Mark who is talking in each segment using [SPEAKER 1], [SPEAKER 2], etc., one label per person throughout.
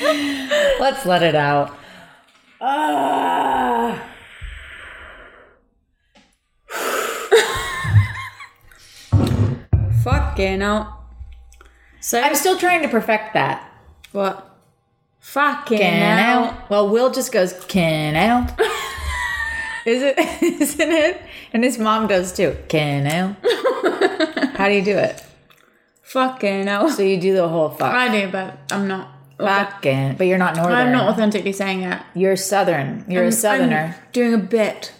[SPEAKER 1] Let's let it out. Ah.
[SPEAKER 2] Fucking out. Say
[SPEAKER 1] I'm still trying to perfect that.
[SPEAKER 2] what? Fucking
[SPEAKER 1] Can
[SPEAKER 2] out.
[SPEAKER 1] out. Well, Will just goes can out. Is it? Isn't it? And his mom does too. Can out. How do you do it?
[SPEAKER 2] Fucking out.
[SPEAKER 1] So you do the whole fuck.
[SPEAKER 2] I do, but I'm not.
[SPEAKER 1] Fucking. But you're not northern.
[SPEAKER 2] I'm not authentically saying it.
[SPEAKER 1] You're southern. You're a
[SPEAKER 2] I'm-
[SPEAKER 1] southerner.
[SPEAKER 2] I'm doing a bit.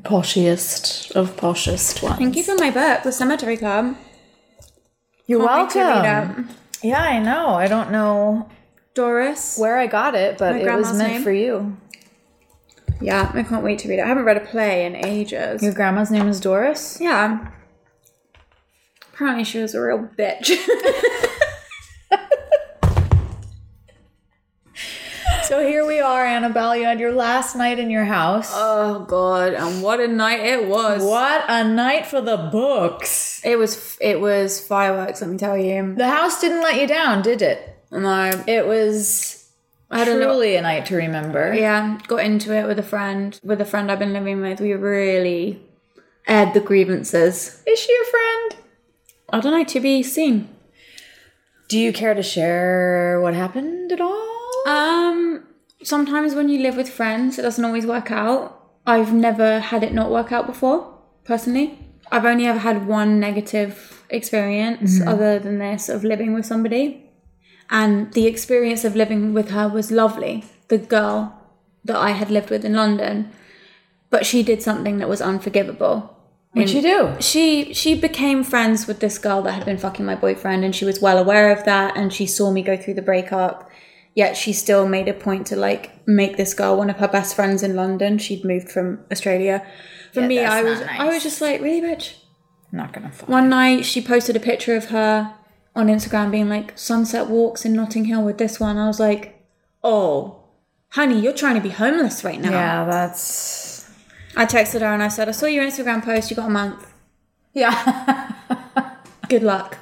[SPEAKER 3] Poshiest of poshest ones.
[SPEAKER 2] Thank you for my book, The Cemetery Club.
[SPEAKER 1] You're
[SPEAKER 2] Can't wait to read it.
[SPEAKER 1] Yeah, I know. I don't know
[SPEAKER 2] Doris.
[SPEAKER 1] where I got it, but
[SPEAKER 2] My
[SPEAKER 1] it was
[SPEAKER 2] grandma's
[SPEAKER 1] meant
[SPEAKER 2] name.
[SPEAKER 1] for you.
[SPEAKER 2] Yeah, I can't wait to read it. I haven't read a play in ages.
[SPEAKER 1] Your grandma's name is Doris.
[SPEAKER 2] Yeah. Apparently, she was a real bitch.
[SPEAKER 1] So here we are, Annabelle. You had your last night in your house.
[SPEAKER 2] oh God! And what a night it was.
[SPEAKER 1] what a night for the books.
[SPEAKER 2] It was. It was fireworks. Let me tell you.
[SPEAKER 1] The house didn't let you down, did it?
[SPEAKER 2] And I,
[SPEAKER 1] It was
[SPEAKER 2] I don't know.
[SPEAKER 1] truly a night to remember.
[SPEAKER 2] Yeah, got into it with a friend. With a friend I've been living with, we really aired the grievances.
[SPEAKER 1] Is she your friend?
[SPEAKER 2] I don't know to be seen.
[SPEAKER 1] Do you care to share what happened at all?
[SPEAKER 2] Um, sometimes when you live with friends, it doesn't always work out. I've never had it not work out before, personally. I've only ever had one negative experience other than this of living with somebody. And the experience of living with her was lovely. The girl that I had lived with in London. But she did something that was unforgivable.
[SPEAKER 1] What'd you do?
[SPEAKER 2] she she became friends with this girl that had been fucking my boyfriend and she was well aware of that and she saw me go through the breakup yet she still made a point to like make this girl one of her best friends in london she'd moved from australia for
[SPEAKER 1] Yeah,
[SPEAKER 2] me
[SPEAKER 1] that's
[SPEAKER 2] i
[SPEAKER 1] not
[SPEAKER 2] was i
[SPEAKER 1] nice.
[SPEAKER 2] was just like really bitch
[SPEAKER 1] I'm not gonna fuck.
[SPEAKER 2] one night she posted a picture of her on instagram being like sunset walks in notting hill with this one i was like oh honey you're trying to be homeless right now
[SPEAKER 1] Yeah, that's
[SPEAKER 2] i texted her and i said i saw your instagram post you got a month
[SPEAKER 1] yeah.
[SPEAKER 2] good luck.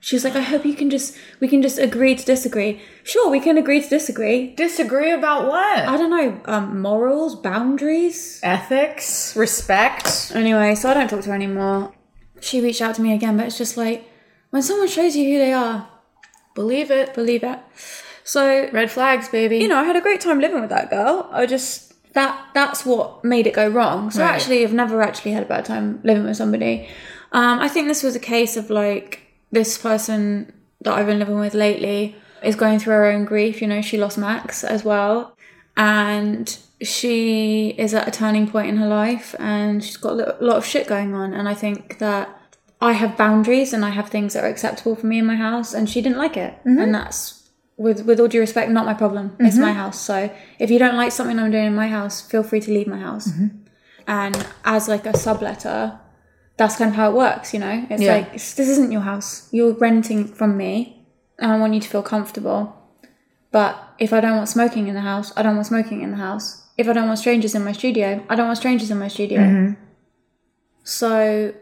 [SPEAKER 2] She was like, I hope you can just, we can just agree to disagree. Sure, we can agree to disagree.
[SPEAKER 1] Disagree about what?
[SPEAKER 2] I don't know, um, morals, boundaries.
[SPEAKER 1] Ethics, respect.
[SPEAKER 2] Anyway, so I don't talk to her anymore. She reached out to me again, but it's just like, when someone shows you who they are, believe it, believe it. So,
[SPEAKER 3] Red flags, baby.
[SPEAKER 2] you know, I had a great time living with that girl. I just, that, that's what made it go wrong. So actually, I've never actually had a bad time living with somebody. Um, I think this was a case of like this person that I've been living with lately is going through her own grief. You know, she lost Max as well, and she is at a turning point in her life, and she's got a lo- lot of shit going on. And I think that I have boundaries and I have things that are acceptable for me in my house, and she didn't like it, and that's. With, with all due respect, not my problem. It's my house. So if you don't like something I'm doing in my house, feel free to leave my house. And as like a subletter, that's kind of how it works, you know? It's
[SPEAKER 1] Yeah.
[SPEAKER 2] like, it's- this isn't your house. You're renting from me, and I want you to feel comfortable. But if I don't want smoking in the house, I don't want smoking in the house. If I don't want strangers in my studio, I don't want strangers in my studio. So,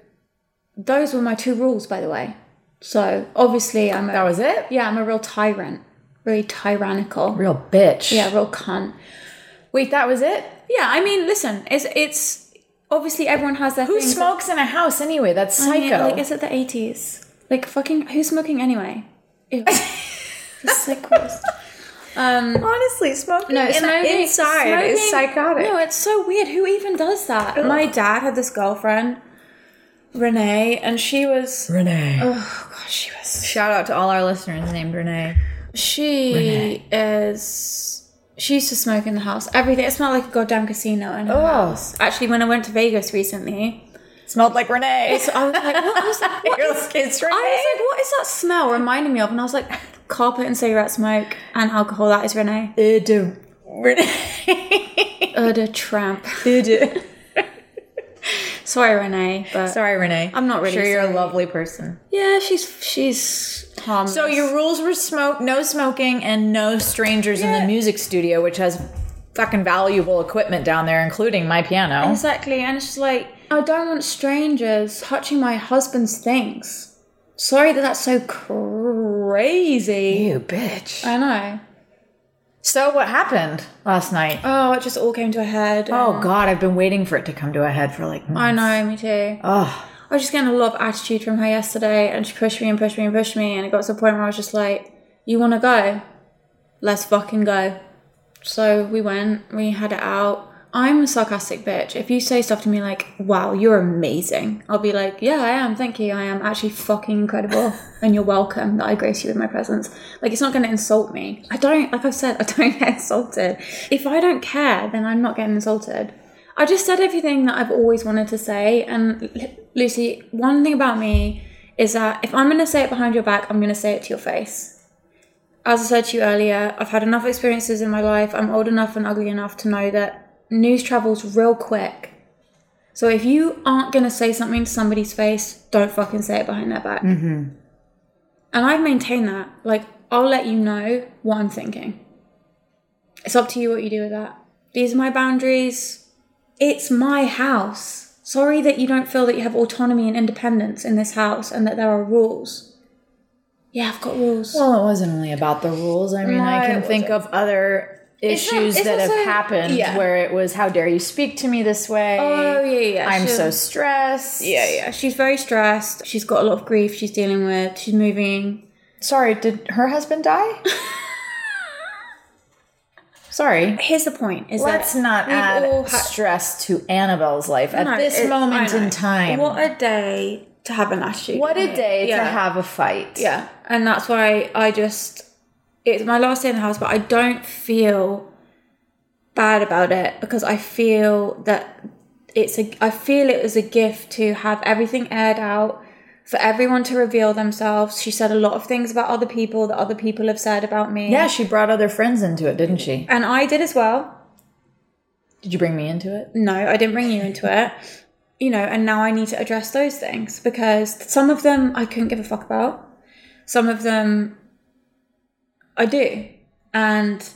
[SPEAKER 2] those were my two rules, by the way. So, obviously, I'm a,
[SPEAKER 1] That was it?
[SPEAKER 2] yeah, I'm a real tyrant, really tyrannical.
[SPEAKER 1] Real bitch.
[SPEAKER 2] Yeah, real cunt.
[SPEAKER 1] Wait, that was it?
[SPEAKER 2] Yeah, I mean, listen, it's it's obviously everyone has their
[SPEAKER 1] Who
[SPEAKER 2] things.
[SPEAKER 1] smokes in a house anyway? That's
[SPEAKER 2] I mean,
[SPEAKER 1] psycho.
[SPEAKER 2] like, is it the eighties? Like, fucking, who's smoking anyway? Ew. it's like gross. Um,
[SPEAKER 3] honestly, smoking in- inside is
[SPEAKER 2] smoking-
[SPEAKER 3] psychotic.
[SPEAKER 2] No, it's so weird. Who even does that? My dad had this girlfriend, Renee, and she was
[SPEAKER 1] Renee.
[SPEAKER 2] oh gosh, she was
[SPEAKER 1] Shout out to all our listeners named Renee.
[SPEAKER 2] she is. She used to smoke Oh. in the house. Everything. It smelled like a goddamn casino in her house. Actually, when I went to Vegas recently,
[SPEAKER 1] Oh, Smelled like Renee.
[SPEAKER 2] So I was like, what was that? What
[SPEAKER 1] You're
[SPEAKER 2] is-
[SPEAKER 1] like, it's
[SPEAKER 2] I was
[SPEAKER 1] Renee.
[SPEAKER 2] like, what is that smell reminding me of? And I was like, carpet and cigarette smoke and alcohol. That is Renee.
[SPEAKER 1] Udu. Renee.
[SPEAKER 2] Udder tramp.
[SPEAKER 1] Udu.
[SPEAKER 2] Sorry, Renee, but
[SPEAKER 1] Sorry, Renee.
[SPEAKER 2] I'm not really
[SPEAKER 1] sure you're a
[SPEAKER 2] sorry.
[SPEAKER 1] lovely person.
[SPEAKER 2] yeah, she's she's harmless.
[SPEAKER 1] So your rules were smoke, no smoking, and no strangers in the music studio, which has fucking valuable equipment down there, including my piano.
[SPEAKER 2] exactly, and it's just like I don't want strangers touching my husband's things. Sorry that that's so crazy.
[SPEAKER 1] You bitch.
[SPEAKER 2] I know.
[SPEAKER 1] So what happened last night?
[SPEAKER 2] Oh, it just all came to a head.
[SPEAKER 1] Oh God, I've been waiting for it to come to a head for like.
[SPEAKER 2] I know, me too.
[SPEAKER 1] Oh,
[SPEAKER 2] I was just getting a lot of attitude from her yesterday, and she pushed me and pushed me and pushed me, and it got to a point where I was just like, "You want to go? Let's fucking go." So we went. We had it out. I'm a sarcastic bitch. If you say stuff to me like, "Wow, you're amazing," I'll be like, "Yeah, I am. Thank you. I am actually fucking incredible, and you're welcome that I grace you with my presence." Like, it's not going to insult me. I don't. Like I've said, I don't get insulted. If I don't care, then I'm not getting insulted. I just said everything that I've always wanted to say. And Lu- Lucy, one thing about me is that if I'm going to say it behind your back, I'm going to say it to your face. As I said to you earlier, I've had enough experiences in my life. I'm old enough and ugly enough to know that news travels real quick. So if you aren't going to say something to somebody's face, don't fucking say it behind their back. And I've maintained that. Like, I'll let you know what I'm thinking. It's up to you what you do with that. These are my boundaries it's my house. Sorry that you don't feel that you have autonomy and independence in this house and that there are rules. Yeah, I've got rules.
[SPEAKER 1] well, it wasn't only about the rules. I mean,
[SPEAKER 2] No,
[SPEAKER 1] I
[SPEAKER 2] it
[SPEAKER 1] can think of other
[SPEAKER 2] It's not-
[SPEAKER 1] issues
[SPEAKER 2] it's
[SPEAKER 1] that
[SPEAKER 2] also-
[SPEAKER 1] have happened
[SPEAKER 2] yeah.
[SPEAKER 1] where it was, "How dare you speak to me this way?
[SPEAKER 2] oh, yeah, yeah.
[SPEAKER 1] I'm
[SPEAKER 2] she'll-
[SPEAKER 1] so stressed.
[SPEAKER 2] Yeah, yeah. She's very stressed. She's got a lot of grief she's dealing with. She's moving.
[SPEAKER 1] Sorry, did her husband die? Sorry.
[SPEAKER 2] Here's the point is
[SPEAKER 1] Let's
[SPEAKER 2] that
[SPEAKER 1] not
[SPEAKER 2] we've
[SPEAKER 1] add
[SPEAKER 2] all had-
[SPEAKER 1] stress to Annabelle's life at
[SPEAKER 2] No,
[SPEAKER 1] this
[SPEAKER 2] it-
[SPEAKER 1] moment
[SPEAKER 2] I know.
[SPEAKER 1] in time.
[SPEAKER 2] What a day to have an attitude.
[SPEAKER 1] What a day to
[SPEAKER 2] Yeah.
[SPEAKER 1] have a fight.
[SPEAKER 2] Yeah, and that's why I just it's my last day in the house, but I don't feel bad about it because I feel that it's a I feel it was a gift to have everything aired out for everyone to reveal themselves. She said a lot of things about other people that other people have said about me.
[SPEAKER 1] Yeah, she brought other friends into it, didn't she?
[SPEAKER 2] and I did as well.
[SPEAKER 1] Did you bring me into it?
[SPEAKER 2] No, I didn't bring you into it. You know, and now I need to address those things because some of them I couldn't give a fuck about. Some of them I do. And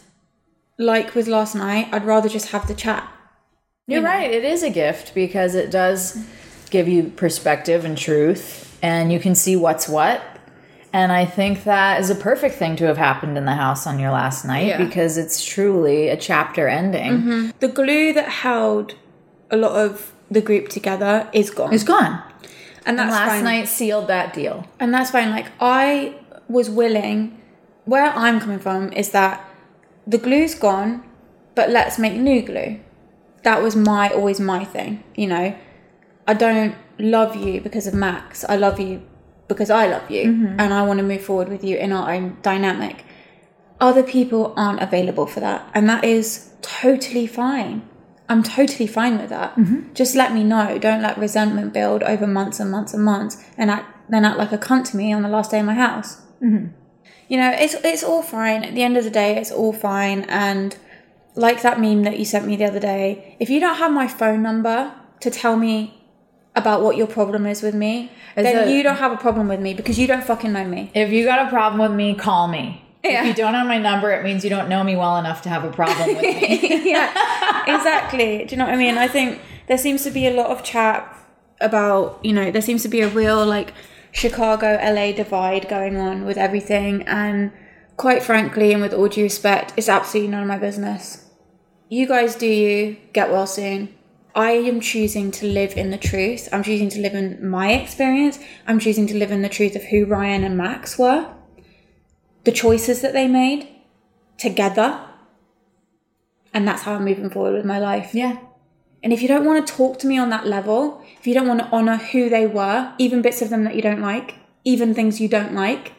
[SPEAKER 2] like with last night, I'd rather just have the chat.
[SPEAKER 1] You're right. It is a gift because it does give you perspective and truth, and you can see what's what. And I think that is a perfect thing to have happened in the house on your last night
[SPEAKER 2] Yeah. Mm-hmm.
[SPEAKER 1] because it's truly a chapter ending.
[SPEAKER 2] The glue that held a lot of the group together is gone.
[SPEAKER 1] It's gone.
[SPEAKER 2] and that's
[SPEAKER 1] Last
[SPEAKER 2] fine.
[SPEAKER 1] night sealed that deal.
[SPEAKER 2] And that's fine. Like, I was willing, where I'm coming from is that the glue's gone, but let's make new glue. That was my, always my thing, you know? I don't love you because of Max. I love you because I love you and I want to move forward with you in our own dynamic. Other people aren't available for that. And that is totally fine. I'm totally fine with that. Just let me know. Don't let resentment build over months and months and months and act, then act like a cunt to me on the last day of my house. You know, it's, it's all fine. At the end of the day, it's all fine. And like that meme that you sent me the other day, if you don't have my phone number to tell me about what your problem is with me, then
[SPEAKER 1] that-
[SPEAKER 2] you don't have a problem with me because you don't fucking know me.
[SPEAKER 1] If you got a problem with me, call me.
[SPEAKER 2] Yeah.
[SPEAKER 1] If you don't have my number, it means you don't know me well enough to have a problem with me.
[SPEAKER 2] yeah, exactly. Do you know what I mean? I think there seems to be a lot of chat about, you know, there seems to be a real like Chicago LA divide going on with everything. And quite frankly, and with all due respect, it's absolutely none of my business. You guys do you, get well soon. I am choosing to live in the truth. I'm choosing to live in my experience. I'm choosing to live in the truth of who Ryan and Max were, the choices that they made together and that's how I'm moving forward with my life.
[SPEAKER 1] yeah.
[SPEAKER 2] And if you don't want to talk to me on that level, if you don't want to honor who they were, even bits of them that you don't like, even things you don't like,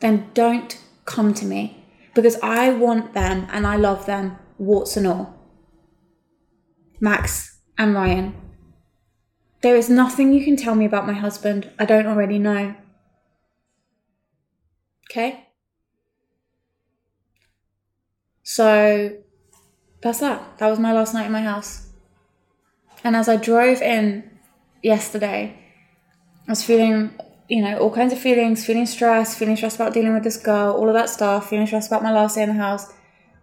[SPEAKER 2] then don't come to me because I want them and I love them, warts and all. Max and Ryan. There is nothing you can tell me about my husband I don't already know. Okay? So that's that. That was my last night in my house. And as I drove in yesterday, I was feeling, you know, all kinds of feelings, feeling stressed, feeling stressed about dealing with this girl, all of that stuff, feeling stressed about my last day in the house.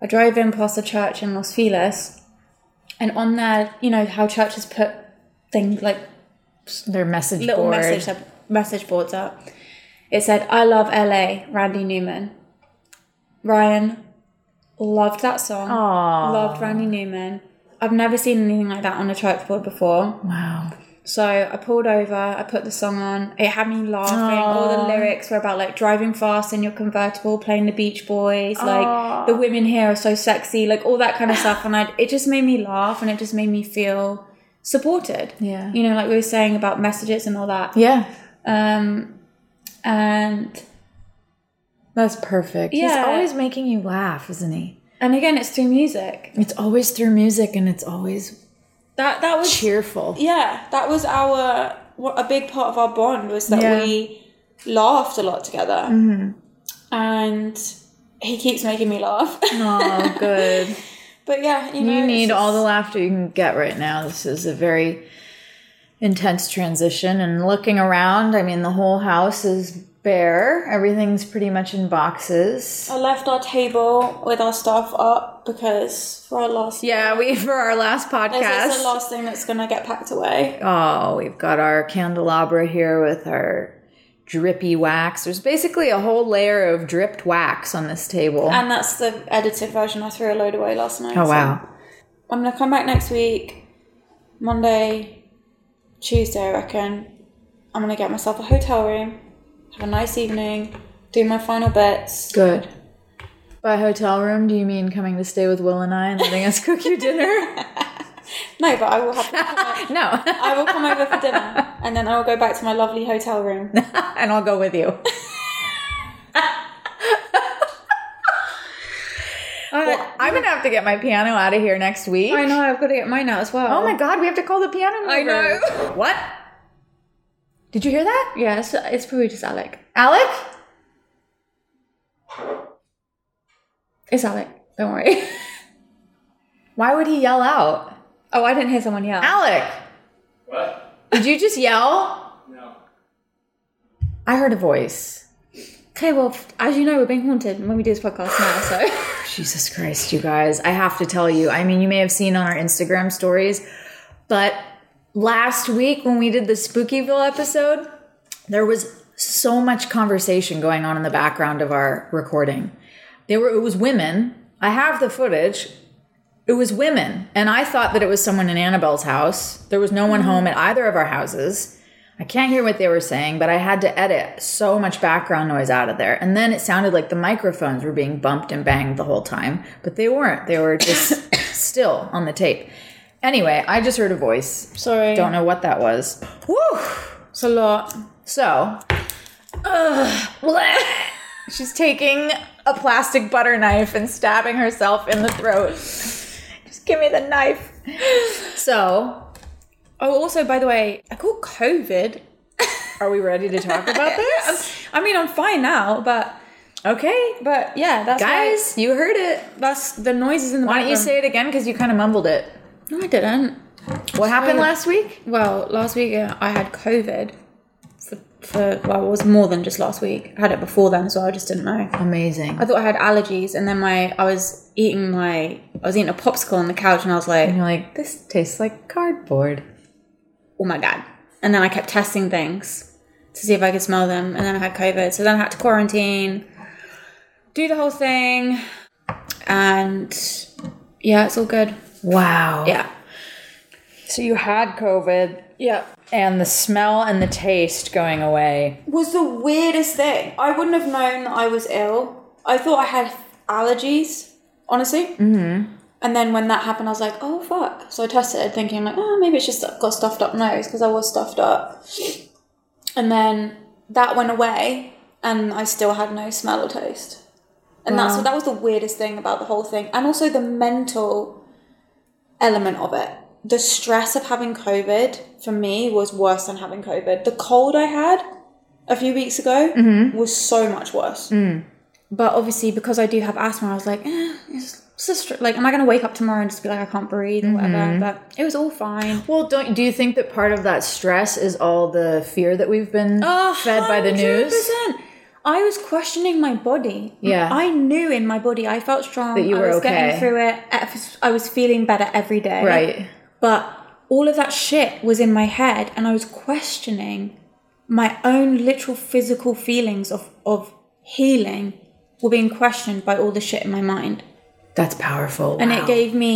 [SPEAKER 2] I drove in past a church in Los Feliz, and on there, you know, how churches put things like
[SPEAKER 1] Their message
[SPEAKER 2] little
[SPEAKER 1] board.
[SPEAKER 2] message message boards up. It said, "I love LA." Randy Newman. Ryan loved that song.
[SPEAKER 1] Aw.
[SPEAKER 2] Loved Randy Newman. I've never seen anything like that on a church board before.
[SPEAKER 1] Wow.
[SPEAKER 2] So I pulled over, I put the song on. It had me laughing. All the lyrics were about like driving fast in your convertible, playing the Beach Boys, like the women here are so sexy, like all that kind of stuff. And I, it just made me laugh, and it just made me feel supported.
[SPEAKER 1] Yeah.
[SPEAKER 2] you know, like we were saying about messages and all that.
[SPEAKER 1] Yeah.
[SPEAKER 2] Um, and
[SPEAKER 1] That's perfect. He's
[SPEAKER 2] Yeah.
[SPEAKER 1] always making you laugh, isn't he?
[SPEAKER 2] and again, it's through music.
[SPEAKER 1] It's always through music and it's always
[SPEAKER 2] That that was
[SPEAKER 1] cheerful.
[SPEAKER 3] Yeah, that was our what a big part of our bond was that
[SPEAKER 1] Yeah. Mm-hmm.
[SPEAKER 3] we laughed a lot together, and he keeps making me laugh.
[SPEAKER 1] Oh, good.
[SPEAKER 3] but yeah, you know,
[SPEAKER 1] You
[SPEAKER 3] it's
[SPEAKER 1] need all the
[SPEAKER 3] just-
[SPEAKER 1] laughter you can get right now. This is a very intense transition. And looking around, I mean, the whole house is bare. Everything's pretty much in boxes.
[SPEAKER 3] I left our table with our stuff up because for our last
[SPEAKER 1] Yeah, we for our last
[SPEAKER 3] this
[SPEAKER 1] podcast.
[SPEAKER 3] is the last thing that's gonna get packed away.
[SPEAKER 1] Oh, we've got our candelabra here with our drippy wax. There's basically a whole layer of dripped wax on this table.
[SPEAKER 3] And that's the edited version. I threw a load away last night.
[SPEAKER 1] oh
[SPEAKER 3] so-
[SPEAKER 1] wow.
[SPEAKER 3] I'm gonna come back next week, Monday, Tuesday, I reckon. I'm gonna get myself a hotel room, have a nice evening, do my final bits.
[SPEAKER 1] Good. By hotel room, do you mean coming to stay with Will and I and letting us cook you dinner?
[SPEAKER 3] No, but I will have. come o-
[SPEAKER 1] No.
[SPEAKER 3] I will come over for dinner, and then I will go back to my lovely hotel room.
[SPEAKER 1] and I'll go with you. Well, I'm gonna have to get my piano out of here next week.
[SPEAKER 2] I know I've got to get mine out as well.
[SPEAKER 1] Oh my god, we have to call the piano. Mover.
[SPEAKER 2] I know.
[SPEAKER 1] What? Did you hear that,
[SPEAKER 2] Yeah, it's, it's probably just Alec.
[SPEAKER 1] Alec?
[SPEAKER 2] It's Alec. Don't worry.
[SPEAKER 1] Why would he yell out,
[SPEAKER 2] oh, I didn't hear someone yell.
[SPEAKER 1] Alec?
[SPEAKER 4] What?
[SPEAKER 1] Did you just yell?
[SPEAKER 4] No.
[SPEAKER 1] I heard a voice.
[SPEAKER 2] Okay, well, f- as you know, we're being haunted when we do this podcast now, so.
[SPEAKER 1] Jesus Christ, you guys. I have to tell you. I mean, you may have seen on our Instagram stories, but last week when we did the Spookyville episode, there was so much conversation going on in the background of our recording. They were it was women. I have the footage. It was women, and I thought that it was someone in Annabelle's house. There was no one home at either of our houses. I can't hear what they were saying, but I had to edit so much background noise out of there. And then it sounded like the microphones were being bumped and banged the whole time, but they weren't. They were just still on the tape. Anyway, I just heard a voice.
[SPEAKER 2] Sorry.
[SPEAKER 1] Don't know what that was. Whew.
[SPEAKER 2] It's a lot.
[SPEAKER 1] So, Ugh. she's taking a plastic butter knife and stabbing herself in the throat. Just give me the knife. So,
[SPEAKER 2] Oh, also, by the way, I caught COVID.
[SPEAKER 1] are we ready to talk about this?
[SPEAKER 2] I mean, I'm fine now, but
[SPEAKER 1] Okay,
[SPEAKER 2] but yeah, that's why-
[SPEAKER 1] guys, you heard it.
[SPEAKER 2] that's the noises in the
[SPEAKER 1] Why don't you
[SPEAKER 2] background.
[SPEAKER 1] say it again? Because you kind of mumbled it.
[SPEAKER 2] No, I didn't.
[SPEAKER 1] What happened last week?
[SPEAKER 2] Well, last week uh, I had COVID for, for well, it was more than just last week. I had it before then as well. I just didn't know.
[SPEAKER 1] Amazing.
[SPEAKER 2] I thought I had allergies, and then my I was eating my I was eating a popsicle on the couch, and I was like,
[SPEAKER 1] And you're like, this tastes like cardboard.
[SPEAKER 2] oh my god! And then I kept testing things to see if I could smell them, and then I had COVID, so then I had to quarantine, do the whole thing, and yeah, it's all good.
[SPEAKER 1] Wow.
[SPEAKER 2] Yeah,
[SPEAKER 1] So you had COVID.
[SPEAKER 2] yeah.
[SPEAKER 1] And the smell and the taste going away.
[SPEAKER 3] Was the weirdest thing. I wouldn't have known that I was ill. I thought I had allergies, honestly. Mm-hmm. And then when that happened, I was like, oh fuck. So I tested, thinking like, oh, maybe it's just that I've got a stuffed up nose because I was stuffed up. And then that went away, and I still had no smell or taste. And that's that was the weirdest thing about the whole thing, and also the mental element of it. the stress of having COVID for me was worse than having COVID. The cold I had a few weeks ago
[SPEAKER 1] Mm-hmm.
[SPEAKER 3] was so much worse.
[SPEAKER 1] Mm.
[SPEAKER 2] But obviously, because I do have asthma, I was like, eh, it's sister. Like, am I going to wake up tomorrow and just be like, I can't breathe or whatever?
[SPEAKER 1] Mm-hmm.
[SPEAKER 2] But it was all fine.
[SPEAKER 1] Well, don't do you think that part of that stress is all the fear that we've been
[SPEAKER 2] Oh,
[SPEAKER 1] fed by the news?
[SPEAKER 2] 100%. I was questioning my body.
[SPEAKER 1] Yeah.
[SPEAKER 2] I knew in my body I felt strong.
[SPEAKER 1] That you were
[SPEAKER 2] I was
[SPEAKER 1] okay.
[SPEAKER 2] getting through it. I was- I was feeling better every day.
[SPEAKER 1] Right.
[SPEAKER 2] But all of that shit was in my head, and I was questioning my own literal physical feelings of, of healing were being questioned by all the shit in my mind.
[SPEAKER 1] That's powerful.
[SPEAKER 2] And
[SPEAKER 1] Wow.
[SPEAKER 2] it gave me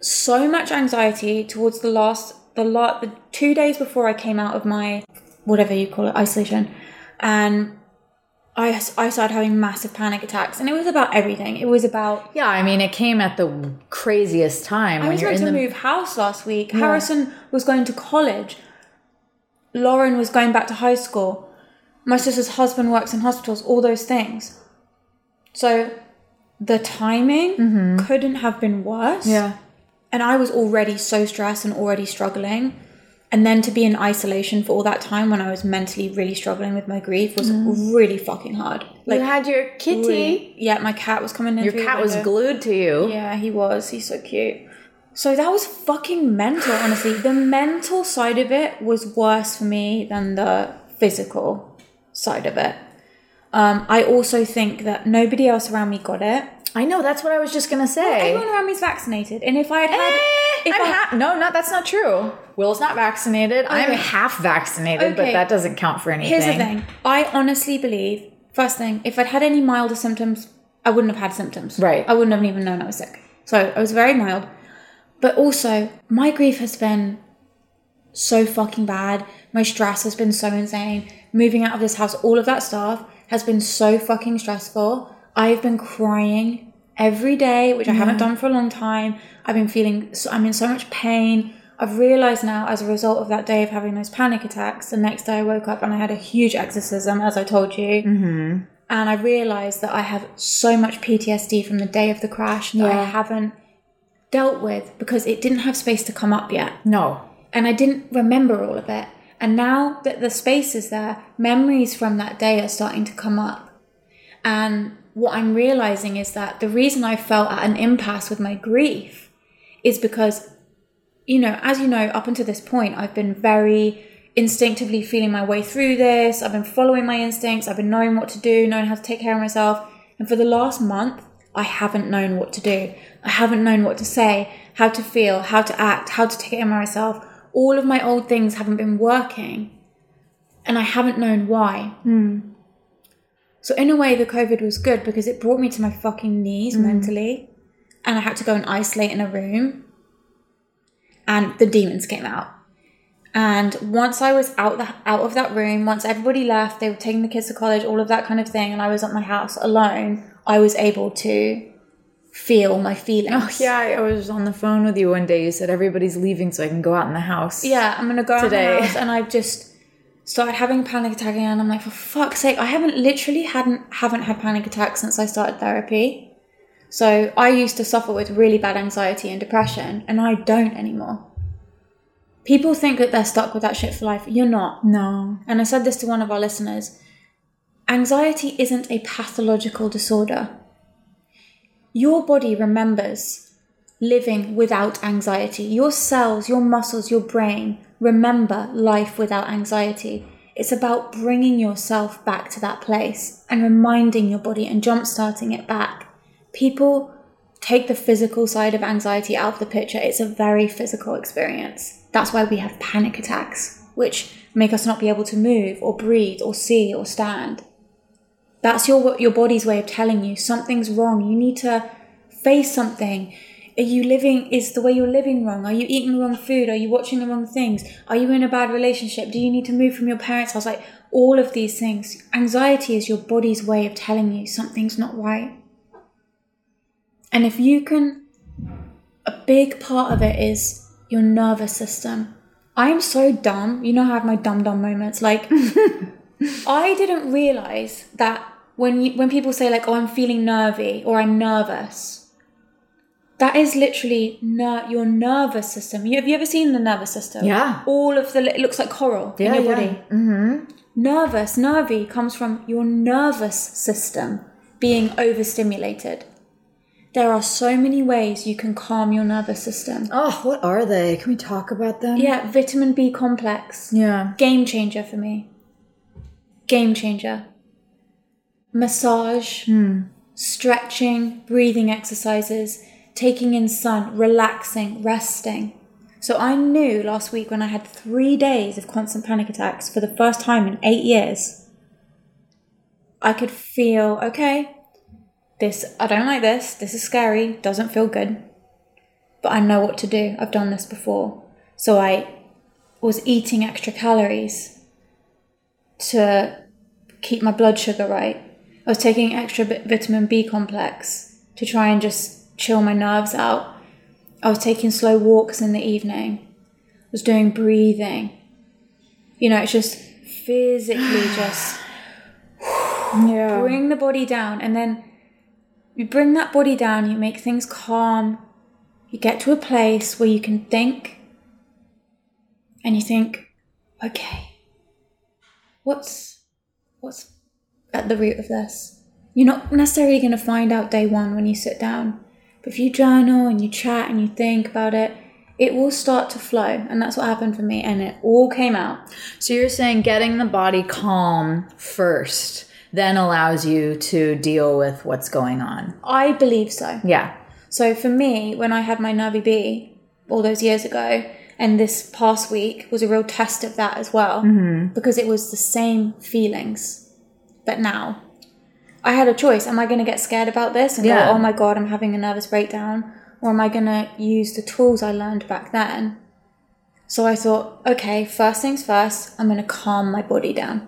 [SPEAKER 2] so much anxiety towards the last, the, la- the two days before I came out of my, whatever you call it, isolation. And I, I started having massive panic attacks, and it was about everything. It was about
[SPEAKER 1] Yeah, I mean, it came at the craziest time
[SPEAKER 2] I
[SPEAKER 1] when
[SPEAKER 2] was
[SPEAKER 1] you're
[SPEAKER 2] meant
[SPEAKER 1] in
[SPEAKER 2] to
[SPEAKER 1] the
[SPEAKER 2] move house last week. Harrison was going to college. Lauren was going back to high school. My sister's husband works in hospitals, all those things. So the timing couldn't have been worse.
[SPEAKER 1] Mm-hmm. yeah.
[SPEAKER 2] And I was already so stressed and already struggling. And then to be in isolation for all that time when I was mentally really struggling with my grief was
[SPEAKER 1] Mm.
[SPEAKER 2] really fucking hard. Like,
[SPEAKER 1] you had your kitty.
[SPEAKER 2] really- yeah, my cat was coming in.
[SPEAKER 1] Your
[SPEAKER 2] through the
[SPEAKER 1] cat was
[SPEAKER 2] window.
[SPEAKER 1] glued to you.
[SPEAKER 2] Yeah, he was. He's so cute. So that was fucking mental, honestly. The mental side of it was worse for me than the physical side of it. Um, I also think that nobody else around me got it.
[SPEAKER 1] I know. That's what I was just gonna say.
[SPEAKER 2] Everyone around me is vaccinated, and if I had had,
[SPEAKER 1] Eh,
[SPEAKER 2] if
[SPEAKER 1] I'm
[SPEAKER 2] I-
[SPEAKER 1] half. No, not that's not true. Will's not vaccinated. I'm
[SPEAKER 2] Okay.
[SPEAKER 1] half vaccinated, but
[SPEAKER 2] Okay.
[SPEAKER 1] that doesn't count for anything.
[SPEAKER 2] here's the thing. I honestly believe, first thing, if I'd had any milder symptoms, I wouldn't have had symptoms.
[SPEAKER 1] Right.
[SPEAKER 2] I wouldn't have even known I was sick. So I was very mild. But also, my grief has been so fucking bad. My stress has been so insane. Moving out of this house, all of that stuff has been so fucking stressful. I've been crying every day, which I haven't done for a long time. I've been feeling, so, I'm in so much pain. I've realized now, as a result of that day of having those panic attacks, the next day I woke up and I had a huge exorcism, as I told you. Mm-hmm. And I realized that I have so much PTSD from the day of the crash that I haven't dealt with because it didn't have space to come up yet
[SPEAKER 1] No.
[SPEAKER 2] and I didn't remember all of it. And now that the space is there, memories from that day are starting to come up. And what I'm realizing is that the reason I felt at an impasse with my grief is because, you know, as you know, up until this point, I've been very instinctively feeling my way through this. I've been following my instincts. I've been knowing what to do, knowing how to take care of myself. And for the last month, I haven't known what to do. I haven't known what to say, how to feel, how to act, how to take care of myself. All of my old things haven't been working. And I haven't known why.
[SPEAKER 1] Hmm.
[SPEAKER 2] So in a way, the COVID was good because it brought me to my fucking
[SPEAKER 1] Hmm.
[SPEAKER 2] knees mentally, and I had to go and isolate in a room, and the demons came out. And once I was out the, out of that room, once everybody left, they were taking the kids to college, all of that kind of thing, and I was at my house alone. I was able to feel my feelings.
[SPEAKER 1] Oh yeah, I I was on the phone with you one day. You said everybody's leaving, so I can go out in the house.
[SPEAKER 2] Yeah, I'm gonna go out of
[SPEAKER 1] Today.
[SPEAKER 2] my house and I've just started having panic attack again. I'm like, for fuck's sake, I haven't literally hadn't haven't had panic attacks since I started therapy. So I used to suffer with really bad anxiety and depression, and I don't anymore. People think that they're stuck with that shit for life. You're not.
[SPEAKER 1] No.
[SPEAKER 2] And I said this to one of our listeners anxiety isn't a pathological disorder. Your body remembers living without anxiety. Your cells, your muscles, your brain remember life without anxiety. It's about bringing yourself back to that place and reminding your body and jumpstarting it back. People take the physical side of anxiety out of the picture. It's a very physical experience. That's why we have panic attacks, which make us not be able to move or breathe or see or stand. That's your your body's way of telling you something's wrong. You need to face something. Are you living? Is the way you're living wrong? Are you eating the wrong food? Are you watching the wrong things? Are you in a bad relationship? Do you need to move from your parents' house? Like all of these things. Anxiety is your body's way of telling you something's not right. And if you can, a big part of it is your nervous system. I am so dumb. You know, I have my dumb dumb moments. Like I didn't realize that when you, when people say like, "Oh, I'm feeling nervy" or "I'm nervous," That is literally ner- your nervous system. You, have you ever seen the nervous system?
[SPEAKER 1] Yeah.
[SPEAKER 2] All of the li- it looks like coral
[SPEAKER 1] Yeah,
[SPEAKER 2] in your
[SPEAKER 1] yeah. Mm,
[SPEAKER 2] body. Mm-hmm. Nervous, nervy comes from your nervous system being overstimulated. There are so many ways you can calm your nervous system.
[SPEAKER 1] Oh, what are they? Can we talk about them?
[SPEAKER 2] Yeah, vitamin B complex.
[SPEAKER 1] Yeah.
[SPEAKER 2] Game changer for me. Game changer. Massage, stretching, breathing exercises, taking in sun, relaxing, resting. So I knew last week when I had three days of constant panic attacks for the first time in eight years, I could feel okay, this, I don't like this, this is scary, doesn't feel good, but I know what to do. I've done this before. So I was eating extra calories to keep my blood sugar right. I was taking extra bit vitamin B complex to try and just chill my nerves out. I was taking slow walks in the evening. I was doing breathing. You know, it's just physically just
[SPEAKER 3] Yeah.
[SPEAKER 2] bring the body down and then you bring that body down, you make things calm. You get to a place where you can think and you think, okay, what's what's at the root of this? You're not necessarily going to find out day one when you sit down, but if you journal and you chat and you think about it, it will start to flow. And that's what happened for me, and it all came out.
[SPEAKER 1] So you're saying getting the body calm first then allows you to deal with what's going on.
[SPEAKER 2] I believe so.
[SPEAKER 1] Yeah.
[SPEAKER 2] So for me, when I had my Navi B all those years ago, and this past week was a real test of that as well, because it was the same feelings. But now, I had a choice: am I going to get scared about this and
[SPEAKER 1] Yeah.
[SPEAKER 2] go, "Oh my god, I'm having a nervous breakdown," or am I going to use the tools I learned back then? So I thought, okay, first things first, I'm going to calm my body down.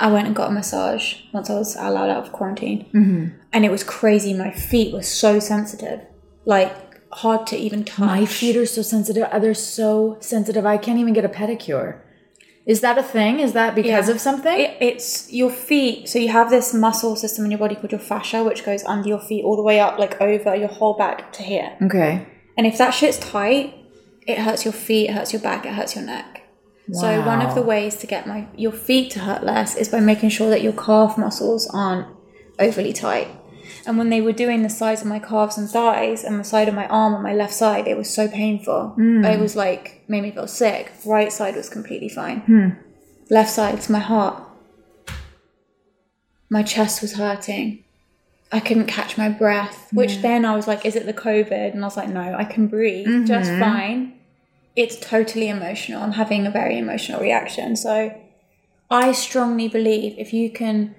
[SPEAKER 2] I went and got a massage once I was allowed out of quarantine
[SPEAKER 1] Mm-hmm.
[SPEAKER 2] and it was crazy. My feet were so sensitive, like hard to even touch.
[SPEAKER 1] My feet are so sensitive. Uh, They're so sensitive. I can't even get a pedicure. Is that a thing? Is that because
[SPEAKER 2] Yeah.
[SPEAKER 1] of something?
[SPEAKER 2] It, it's your feet. So you have this muscle system in your body called your fascia, which goes under your feet all the way up, like over your whole back to here.
[SPEAKER 1] okay.
[SPEAKER 2] And if that shit's tight, it hurts your feet, it hurts your back, it hurts your neck. So one
[SPEAKER 1] Wow.
[SPEAKER 2] of the ways to get my your feet to hurt less is by making sure that your calf muscles aren't overly tight. And when they were doing the sides of my calves and thighs and the side of my arm on my left side, it was so painful. It was like made me feel sick. Right side was completely fine. Left side's my heart. My chest was hurting. I couldn't catch my breath, which then I was like, is it the COVID? And I was like, no, I can breathe just fine. It's totally emotional. I'm having a very emotional reaction. So I strongly believe if you can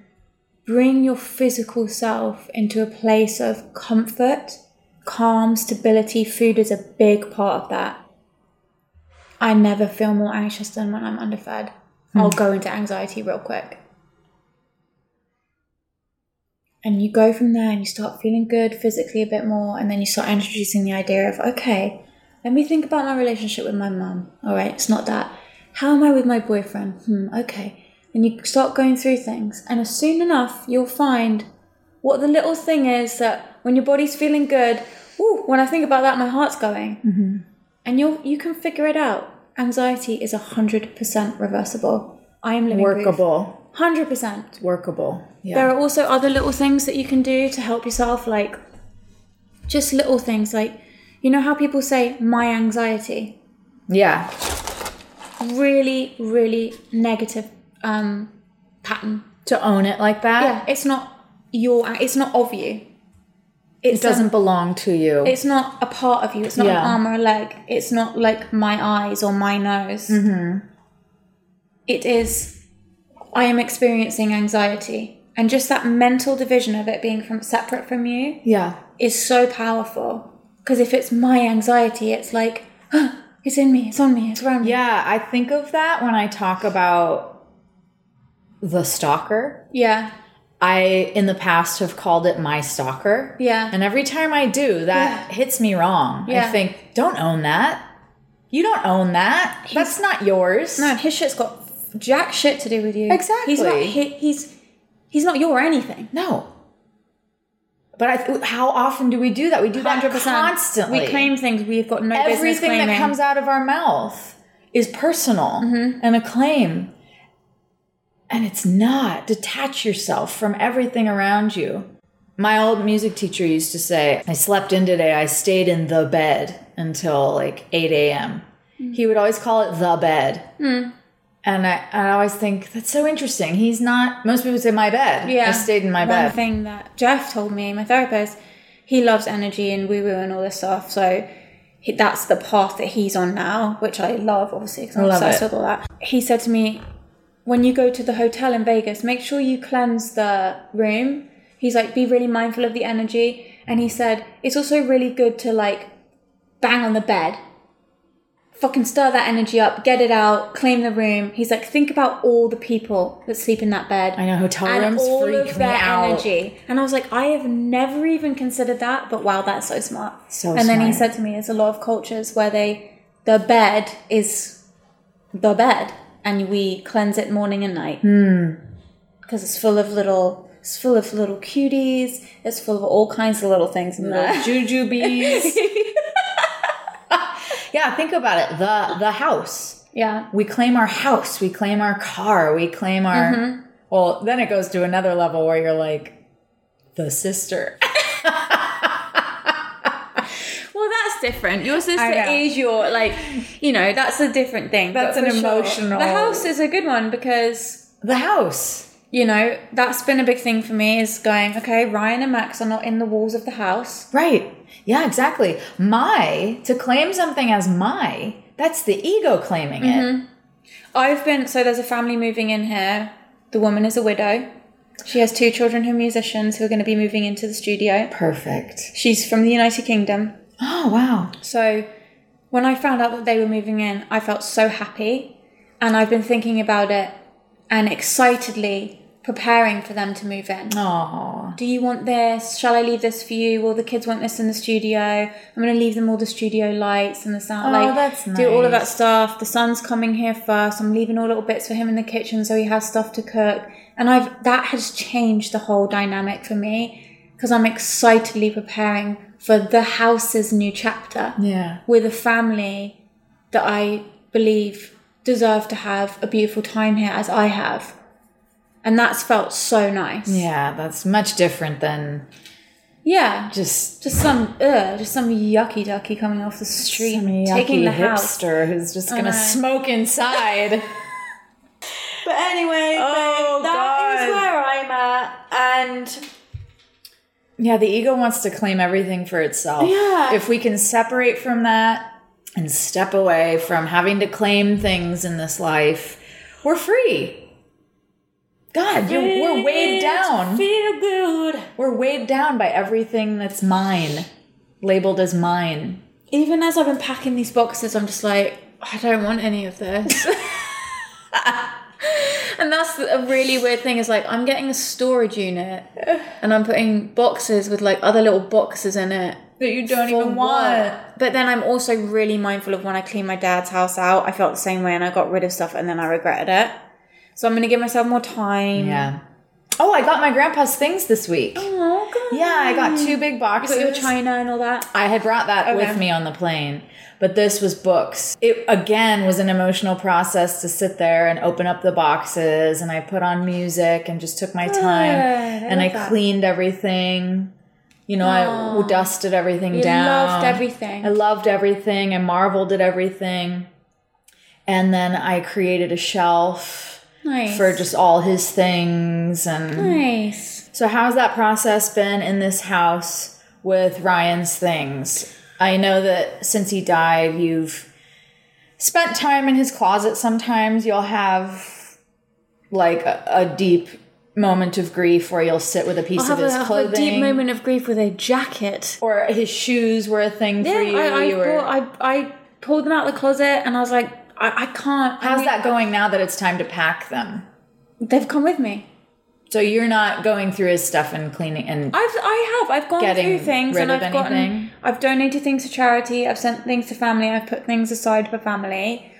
[SPEAKER 2] bring your physical self into a place of comfort, calm, stability, food is a big part of that. I never feel more anxious than when I'm underfed. I'll go into anxiety real quick. And you go from there and you start feeling good physically a bit more. And then you start introducing the idea of, okay, let me think about my relationship with my mum. All right, it's not that. How am I with my boyfriend? Hmm, okay. And you start going through things. And as soon enough, you'll find what the little thing is that when your body's feeling good, ooh, when I think about that, my heart's going. Mm-hmm. And you'll, you can figure it out. Anxiety is 100% reversible. I am living proof.
[SPEAKER 1] Workable.
[SPEAKER 2] 100%.
[SPEAKER 1] Workable. Yeah.
[SPEAKER 2] There are also other little things that you can do to help yourself, like just little things like you know how people say my anxiety?
[SPEAKER 1] yeah.
[SPEAKER 2] Really, really negative um pattern.
[SPEAKER 1] To own it like that.
[SPEAKER 2] Yeah, it's not your it's not of you. It's
[SPEAKER 1] It
[SPEAKER 2] um,
[SPEAKER 1] doesn't belong to you.
[SPEAKER 2] it's not a part of you. It's not
[SPEAKER 1] Yeah.
[SPEAKER 2] an arm or a leg. It's not like my eyes or my nose.
[SPEAKER 1] Mm-hmm.
[SPEAKER 2] It is, I am experiencing anxiety. And just that mental division of it being from separate from you
[SPEAKER 1] yeah.
[SPEAKER 2] is so powerful. Because if it's my anxiety, it's like, "Ah, it's in me, it's on me, it's around me.
[SPEAKER 1] Yeah, I think of that when I talk about the stalker.
[SPEAKER 2] Yeah.
[SPEAKER 1] I in the past have called it my stalker.
[SPEAKER 2] Yeah.
[SPEAKER 1] And every time I do, that hits me wrong. I
[SPEAKER 2] Yeah.
[SPEAKER 1] think, don't own that. You don't own that. That's not yours.
[SPEAKER 2] No, and his shit's got jack shit to do with you. He's not,
[SPEAKER 1] Exactly.
[SPEAKER 2] he, he's, he's not your anything.
[SPEAKER 1] No. But I, how often do we do that? We do that
[SPEAKER 2] 100%.
[SPEAKER 1] constantly.
[SPEAKER 2] We claim things we've got no business
[SPEAKER 1] everything
[SPEAKER 2] claiming.
[SPEAKER 1] that comes out of our mouth is personal
[SPEAKER 2] Mm-hmm.
[SPEAKER 1] and a claim. And it's not. Detach yourself from everything around you. My old music teacher used to say, I slept in today, I stayed in the bed until like 8 a.m.
[SPEAKER 2] Mm.
[SPEAKER 1] He would always call it the bed. And I, I always think, that's so interesting. He's not, most people say, my bed. I stayed in my
[SPEAKER 2] One
[SPEAKER 1] bed.
[SPEAKER 2] thing that Jeff told me, my therapist, he loves energy and woo woo and all this stuff. So he, that's the path that he's on now, which I love, obviously, because I'm
[SPEAKER 1] Love
[SPEAKER 2] obsessed
[SPEAKER 1] it.
[SPEAKER 2] with all that. He said to me, when you go to the hotel in Vegas, make sure you cleanse the room. He's like, be really mindful of the energy. And he said, it's also really good to like bang on the bed. Fucking stir that energy up, get it out, claim the room. He's like, think about all the people that sleep in that bed
[SPEAKER 1] I know, hotel
[SPEAKER 2] and
[SPEAKER 1] rooms
[SPEAKER 2] all
[SPEAKER 1] freak
[SPEAKER 2] of
[SPEAKER 1] me
[SPEAKER 2] their
[SPEAKER 1] out.
[SPEAKER 2] energy. And I was like, I have never even considered that, but wow, that's so smart.
[SPEAKER 1] So
[SPEAKER 2] and then he
[SPEAKER 1] smart.
[SPEAKER 2] said to me, there's a lot of cultures where they the bed is the bed, and we cleanse it morning and night
[SPEAKER 1] Hmm.
[SPEAKER 2] because it's full of little. It's full of little cuties. It's full of all kinds of little things in there.
[SPEAKER 1] Juju bees. yeah, think about it. The the house.
[SPEAKER 2] Yeah.
[SPEAKER 1] We claim our house. We claim our car. We claim our. Well, then it goes to another level where you're like, the sister.
[SPEAKER 2] Well, that's different. Your sister
[SPEAKER 1] I know.
[SPEAKER 2] is your like, you know, that's a different thing.
[SPEAKER 1] That's
[SPEAKER 2] but
[SPEAKER 1] an
[SPEAKER 2] for sure.
[SPEAKER 1] emotional-
[SPEAKER 2] The house is a good one because
[SPEAKER 1] The house.
[SPEAKER 2] you know, that's been a big thing for me is going, okay, Ryan and Max are not in the walls of the house.
[SPEAKER 1] Right. Yeah. Exactly. My to claim something as my. That's the ego claiming it.
[SPEAKER 2] I've been, so there's a family moving in here. The woman is a widow. She has two children who are musicians who are going to be moving into the studio.
[SPEAKER 1] Perfect.
[SPEAKER 2] She's from the United Kingdom.
[SPEAKER 1] Oh wow.
[SPEAKER 2] So when I found out that they were moving in, I felt so happy. And I've been thinking about it and excitedly preparing for them to move in.
[SPEAKER 1] Oh.
[SPEAKER 2] do you want this? Shall I leave this for you? Well, the kids want this in the studio. I'm going to leave them all the studio lights and the sound.
[SPEAKER 1] Oh,
[SPEAKER 2] like,
[SPEAKER 1] that's
[SPEAKER 2] do all of that
[SPEAKER 1] nice.
[SPEAKER 2] stuff. The son's coming here first. I'm leaving all little bits for him in the kitchen so he has stuff to cook. And I've that has changed the whole dynamic for me because I'm excitedly preparing for the house's new chapter
[SPEAKER 1] Yeah.
[SPEAKER 2] with a family that I believe deserve to have a beautiful time here as I have. And that's felt so nice.
[SPEAKER 1] Yeah. That's much different than
[SPEAKER 2] Yeah,
[SPEAKER 1] just
[SPEAKER 2] just, just some ugh, just some yucky ducky coming off the street,
[SPEAKER 1] Some
[SPEAKER 2] taking
[SPEAKER 1] yucky
[SPEAKER 2] the house.
[SPEAKER 1] hipster who's just gonna
[SPEAKER 2] know.
[SPEAKER 1] smoke inside.
[SPEAKER 3] But anyway,
[SPEAKER 1] Oh,
[SPEAKER 3] babe, that is
[SPEAKER 1] God.
[SPEAKER 3] where I'm at. And
[SPEAKER 1] yeah, the ego wants to claim everything for itself.
[SPEAKER 3] Yeah.
[SPEAKER 1] If we can separate from that and step away from having to claim things in this life, we're free. God, you, we're weighed down.
[SPEAKER 3] feel good.
[SPEAKER 1] We're weighed down by everything that's mine, labeled as mine.
[SPEAKER 2] Even as I've been packing these boxes, I'm just like, I don't want any of this. and that's a really weird thing. Is like I'm getting a storage unit, and I'm putting boxes with like other little boxes in it.
[SPEAKER 1] That you don't
[SPEAKER 2] For what? But then I'm also really mindful of when I clean my dad's house out. I felt the same way, and I got rid of stuff, and then I regretted it. So I'm gonna give myself more time.
[SPEAKER 1] Yeah. Oh, I got my grandpa's things this week.
[SPEAKER 2] Oh god.
[SPEAKER 1] Yeah, I got two big boxes.
[SPEAKER 2] Your China and all that.
[SPEAKER 1] I had brought that with
[SPEAKER 2] Okay.
[SPEAKER 1] me on the plane, but this was books. It again was an emotional process to sit there and open up the boxes, and I put on music and just took my time
[SPEAKER 2] Good, I
[SPEAKER 1] and I
[SPEAKER 2] love that.
[SPEAKER 1] cleaned everything. You know, I dusted everything
[SPEAKER 2] You
[SPEAKER 1] down.
[SPEAKER 2] loved everything.
[SPEAKER 1] I loved everything. I marveled at everything, and then I created a shelf
[SPEAKER 2] Nice.
[SPEAKER 1] for just all his things and.
[SPEAKER 2] nice.
[SPEAKER 1] So, how's that process been in this house with Ryan's things? I know that since he died, you've spent time in his closet. Sometimes you'll have like a, a deep moment of grief where you'll sit with a piece
[SPEAKER 2] I'll have
[SPEAKER 1] of
[SPEAKER 2] a,
[SPEAKER 1] his
[SPEAKER 2] have a
[SPEAKER 1] clothing.
[SPEAKER 2] deep moment of grief with a jacket.
[SPEAKER 1] Or his shoes were a thing for you.
[SPEAKER 2] I, I,
[SPEAKER 1] you were-
[SPEAKER 2] bought- I, I pulled them out of the closet and I was like, I, I can't. I
[SPEAKER 1] how's
[SPEAKER 2] mean,
[SPEAKER 1] that going now that it's time to pack them?
[SPEAKER 2] They've come with me.
[SPEAKER 1] So you're not going through his stuff and cleaning and
[SPEAKER 2] I've I have I've gone
[SPEAKER 1] Getting
[SPEAKER 2] through things
[SPEAKER 1] rid
[SPEAKER 2] and
[SPEAKER 1] of
[SPEAKER 2] I've
[SPEAKER 1] anything?
[SPEAKER 2] gotten I've donated things to charity. I've sent things to family. I've put things aside for family,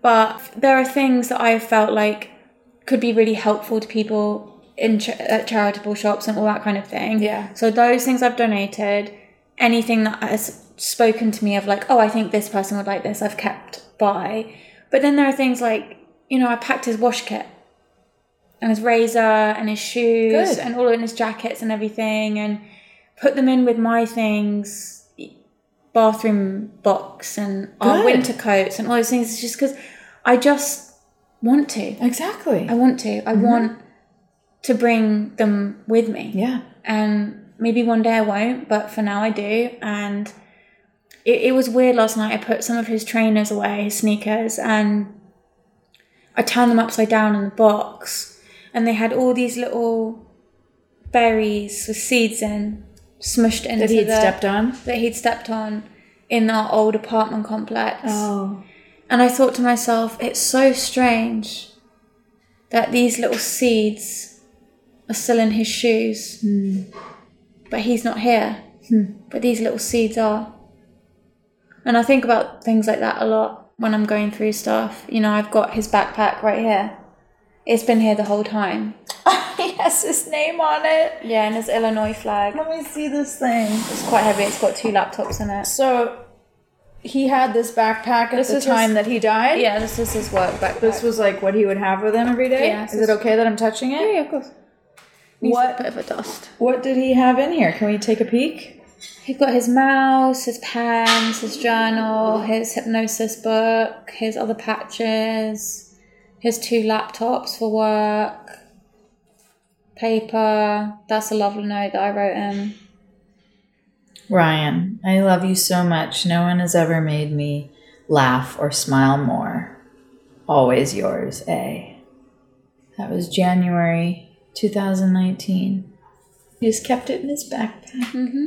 [SPEAKER 2] but there are things that I have felt like could be really helpful to people in ch- at charitable shops and all that kind of thing.
[SPEAKER 3] Yeah.
[SPEAKER 2] So those things I've donated, anything that has spoken to me of like, oh, I think this person would like this, I've kept by. But then there are things like, you know, I packed his wash kit and his razor and his shoes
[SPEAKER 1] Good.
[SPEAKER 2] and all in his jackets and everything and put them in with my things bathroom box and our
[SPEAKER 1] Good.
[SPEAKER 2] winter coats and all those things it's just because i just want to
[SPEAKER 1] Exactly.
[SPEAKER 2] I want to.
[SPEAKER 1] Mm-hmm.
[SPEAKER 2] I want to bring them with me.
[SPEAKER 1] Yeah.
[SPEAKER 2] And Um, maybe one day I won't, but for now I do. And it, it was weird last night. I put some of his trainers away, his sneakers, and I turned them upside down in the box. And they had all these little berries with seeds in, smushed into
[SPEAKER 1] That he'd
[SPEAKER 2] the,
[SPEAKER 1] stepped on.
[SPEAKER 2] that he'd stepped on in our old apartment complex.
[SPEAKER 1] Oh.
[SPEAKER 2] Oh. And I thought to myself, it's so strange that these little seeds are still in his shoes,
[SPEAKER 1] Hmm.
[SPEAKER 2] but he's not here. But these little seeds are. And I think about things like that a lot when I'm going through stuff. You know, I've got his backpack right here. It's been here the whole time.
[SPEAKER 1] He has his name on it.
[SPEAKER 2] Yeah, and there's Illinois flag.
[SPEAKER 1] Let me see this thing.
[SPEAKER 2] It's quite heavy. It's got two laptops in it.
[SPEAKER 1] So he had this backpack at
[SPEAKER 2] This
[SPEAKER 1] the
[SPEAKER 2] was his-
[SPEAKER 1] time that he died.
[SPEAKER 2] Yeah, this is his work backpack.
[SPEAKER 1] This was like what he would have with him every day.
[SPEAKER 2] Yeah,
[SPEAKER 1] Is it okay that I'm touching
[SPEAKER 2] yeah,
[SPEAKER 1] it?
[SPEAKER 2] yeah, of course. Needs
[SPEAKER 1] What
[SPEAKER 2] A bit of a dust.
[SPEAKER 1] what did he have in here? Can we take a peek?
[SPEAKER 2] He got his mouse, his pens, his journal, his hypnosis book, his other patches, his two laptops for work, paper. That's a lovely note that I wrote him.
[SPEAKER 1] Ryan, I love you so much. No one has ever made me laugh or smile more. Always yours, A. That was January 2019. He's kept it in his backpack.
[SPEAKER 2] Mm-hmm.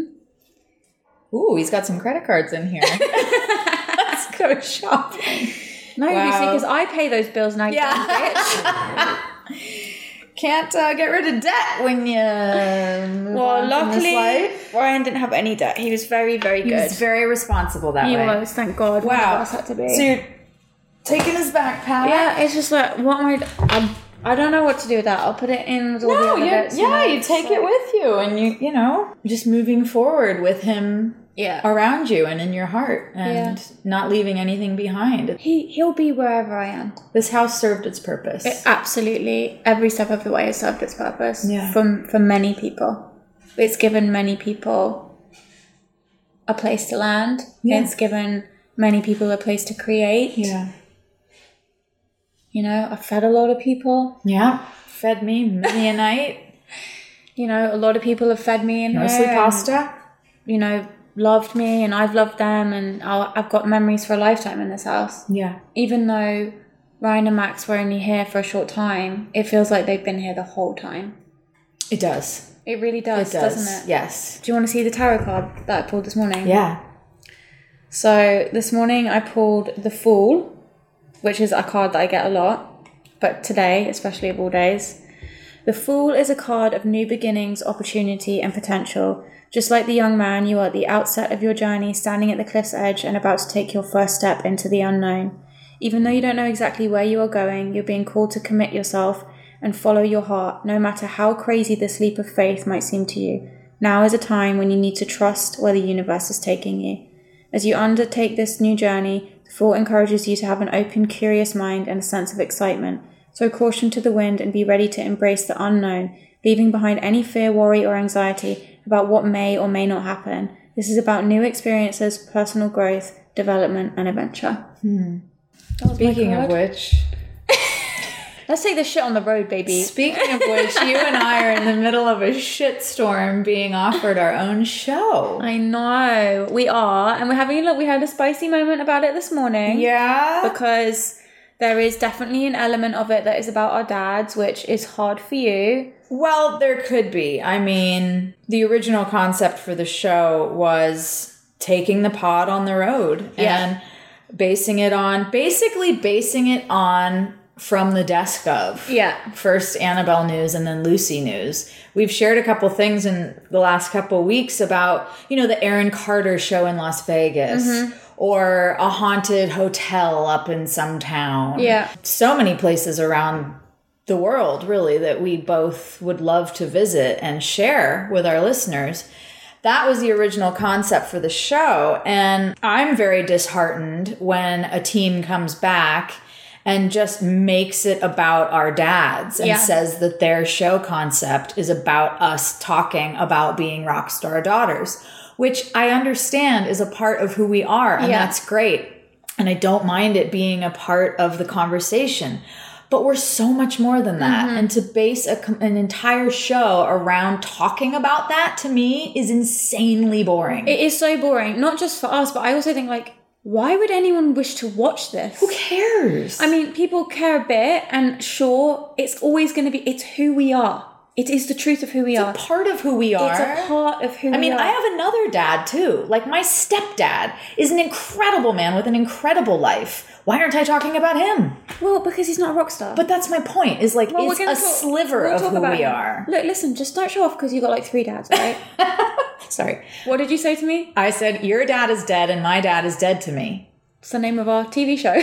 [SPEAKER 1] Ooh, he's got some credit cards in here. Let's go shopping.
[SPEAKER 2] No,
[SPEAKER 1] Wow.
[SPEAKER 2] Lucy, because I pay those bills now. Yeah.
[SPEAKER 1] Can't uh, get rid of debt when you. move
[SPEAKER 2] Well,
[SPEAKER 1] on from this
[SPEAKER 2] luckily,
[SPEAKER 1] life.
[SPEAKER 2] Ryan didn't have any debt. He was very, very
[SPEAKER 1] he
[SPEAKER 2] good.
[SPEAKER 1] was very responsible that
[SPEAKER 2] He
[SPEAKER 1] way.
[SPEAKER 2] was, thank God. One of
[SPEAKER 1] Wow.
[SPEAKER 2] us had to be.
[SPEAKER 1] So you're taking his backpack.
[SPEAKER 2] yeah, it's just like, what am I. I'm, I don't know what to do with that. I'll put it in with all the
[SPEAKER 1] No,
[SPEAKER 2] other
[SPEAKER 1] you,
[SPEAKER 2] bits,
[SPEAKER 1] Oh, yeah,
[SPEAKER 2] know,
[SPEAKER 1] you
[SPEAKER 2] it's
[SPEAKER 1] take
[SPEAKER 2] like-
[SPEAKER 1] it with you, and you, you know, just moving forward with him
[SPEAKER 2] Yeah.
[SPEAKER 1] around you and in your heart, and
[SPEAKER 2] Yeah.
[SPEAKER 1] not leaving anything behind.
[SPEAKER 2] He he'll be wherever I am.
[SPEAKER 1] This house served its purpose.
[SPEAKER 2] Absolutely, every step of the way has served its purpose.
[SPEAKER 1] Yeah.
[SPEAKER 2] From for many people, it's given many people a place to land.
[SPEAKER 1] Yeah.
[SPEAKER 2] It's given many people a place to create.
[SPEAKER 1] yeah,
[SPEAKER 2] You know, I fed a lot of people.
[SPEAKER 1] yeah. Fed me many a night,
[SPEAKER 2] You know, a lot of people have fed me and um,
[SPEAKER 1] mostly pasta.
[SPEAKER 2] You know, loved me, and I've loved them, and I'll, I've got memories for a lifetime in this house.
[SPEAKER 1] Yeah,
[SPEAKER 2] Even though Ryan and Max were only here for a short time, it feels like they've been here the whole time.
[SPEAKER 1] it does.
[SPEAKER 2] It really
[SPEAKER 1] It
[SPEAKER 2] does,
[SPEAKER 1] does.
[SPEAKER 2] doesn't it?
[SPEAKER 1] Yes.
[SPEAKER 2] Do you want to see the tarot card that I pulled this morning?
[SPEAKER 1] Yeah.
[SPEAKER 2] So this morning I pulled the Fool, which is a card that I get a lot, but today, especially of all days, the Fool is a card of new beginnings, opportunity, and potential. Just like the young man, you are at the outset of your journey, standing at the cliff's edge and about to take your first step into the unknown. Even though you don't know exactly where you are going, you're being called to commit yourself and follow your heart, no matter how crazy this leap of faith might seem to you. Now is a time when you need to trust where the universe is taking you. As you undertake this new journey, the fort encourages you to have an open, curious mind and a sense of excitement. Throw caution to the wind and be ready to embrace the unknown, leaving behind any fear, worry, or anxiety about what may or may not happen. This is about new experiences, personal growth, development, and adventure. Oh
[SPEAKER 1] Speaking of which,
[SPEAKER 2] Let's take this shit on the road, baby.
[SPEAKER 1] Speaking of which, you and I are in the middle of a shitstorm being offered our own show.
[SPEAKER 2] I know we are, and we're having a look. We had a spicy moment about it this morning.
[SPEAKER 1] Yeah.
[SPEAKER 2] because there is definitely an element of it that is about our dads, which is hard for you.
[SPEAKER 1] Well, there could be. I mean, the original concept for the show was taking the pod on the road
[SPEAKER 2] Yeah.
[SPEAKER 1] and basing it on basically basing it on from the desk of.
[SPEAKER 2] Yeah.
[SPEAKER 1] First Annabelle news and then Lucy news. We've shared a couple things in the last couple weeks about, you know, the Aaron Carter show in Las Vegas
[SPEAKER 2] Mm-hmm.
[SPEAKER 1] or a haunted hotel up in some town.
[SPEAKER 2] Yeah.
[SPEAKER 1] So many places around the world, really, that we both would love to visit and share with our listeners. That was the original concept for the show. And I'm very disheartened when a team comes back and just makes it about our dads and
[SPEAKER 2] Yeah.
[SPEAKER 1] says that their show concept is about us talking about being rock star daughters, which I understand is a part of who we are. And
[SPEAKER 2] Yeah.
[SPEAKER 1] that's great. And I don't mind it being a part of the conversation. But we're so much more than that.
[SPEAKER 2] Mm-hmm.
[SPEAKER 1] And to base a, com- an entire show around talking about that to me is insanely boring.
[SPEAKER 2] It is so boring, not just for us, but I also think like, why would anyone wish to watch this?
[SPEAKER 1] Who cares?
[SPEAKER 2] I mean, people care a bit, and sure, it's always going to be. It's who we are. It is the truth of who we are.
[SPEAKER 1] part of who we are.
[SPEAKER 2] It's a part of who.
[SPEAKER 1] I mean,
[SPEAKER 2] we are.
[SPEAKER 1] I have another dad too. Like, my stepdad is an incredible man with an incredible life. Why aren't I talking about him?
[SPEAKER 2] well because he's not a rock star.
[SPEAKER 1] But that's my point is like,
[SPEAKER 2] well,
[SPEAKER 1] it's a
[SPEAKER 2] gonna talk-
[SPEAKER 1] sliver
[SPEAKER 2] we'll
[SPEAKER 1] of
[SPEAKER 2] talk
[SPEAKER 1] who
[SPEAKER 2] about
[SPEAKER 1] we
[SPEAKER 2] him.
[SPEAKER 1] are.
[SPEAKER 2] Look, listen, just don't show off because you got like three dads, right?
[SPEAKER 1] Sorry.
[SPEAKER 2] what did you say to me?
[SPEAKER 1] I said, Your dad is dead, and my dad is dead to me.
[SPEAKER 2] It's the name of our TV show.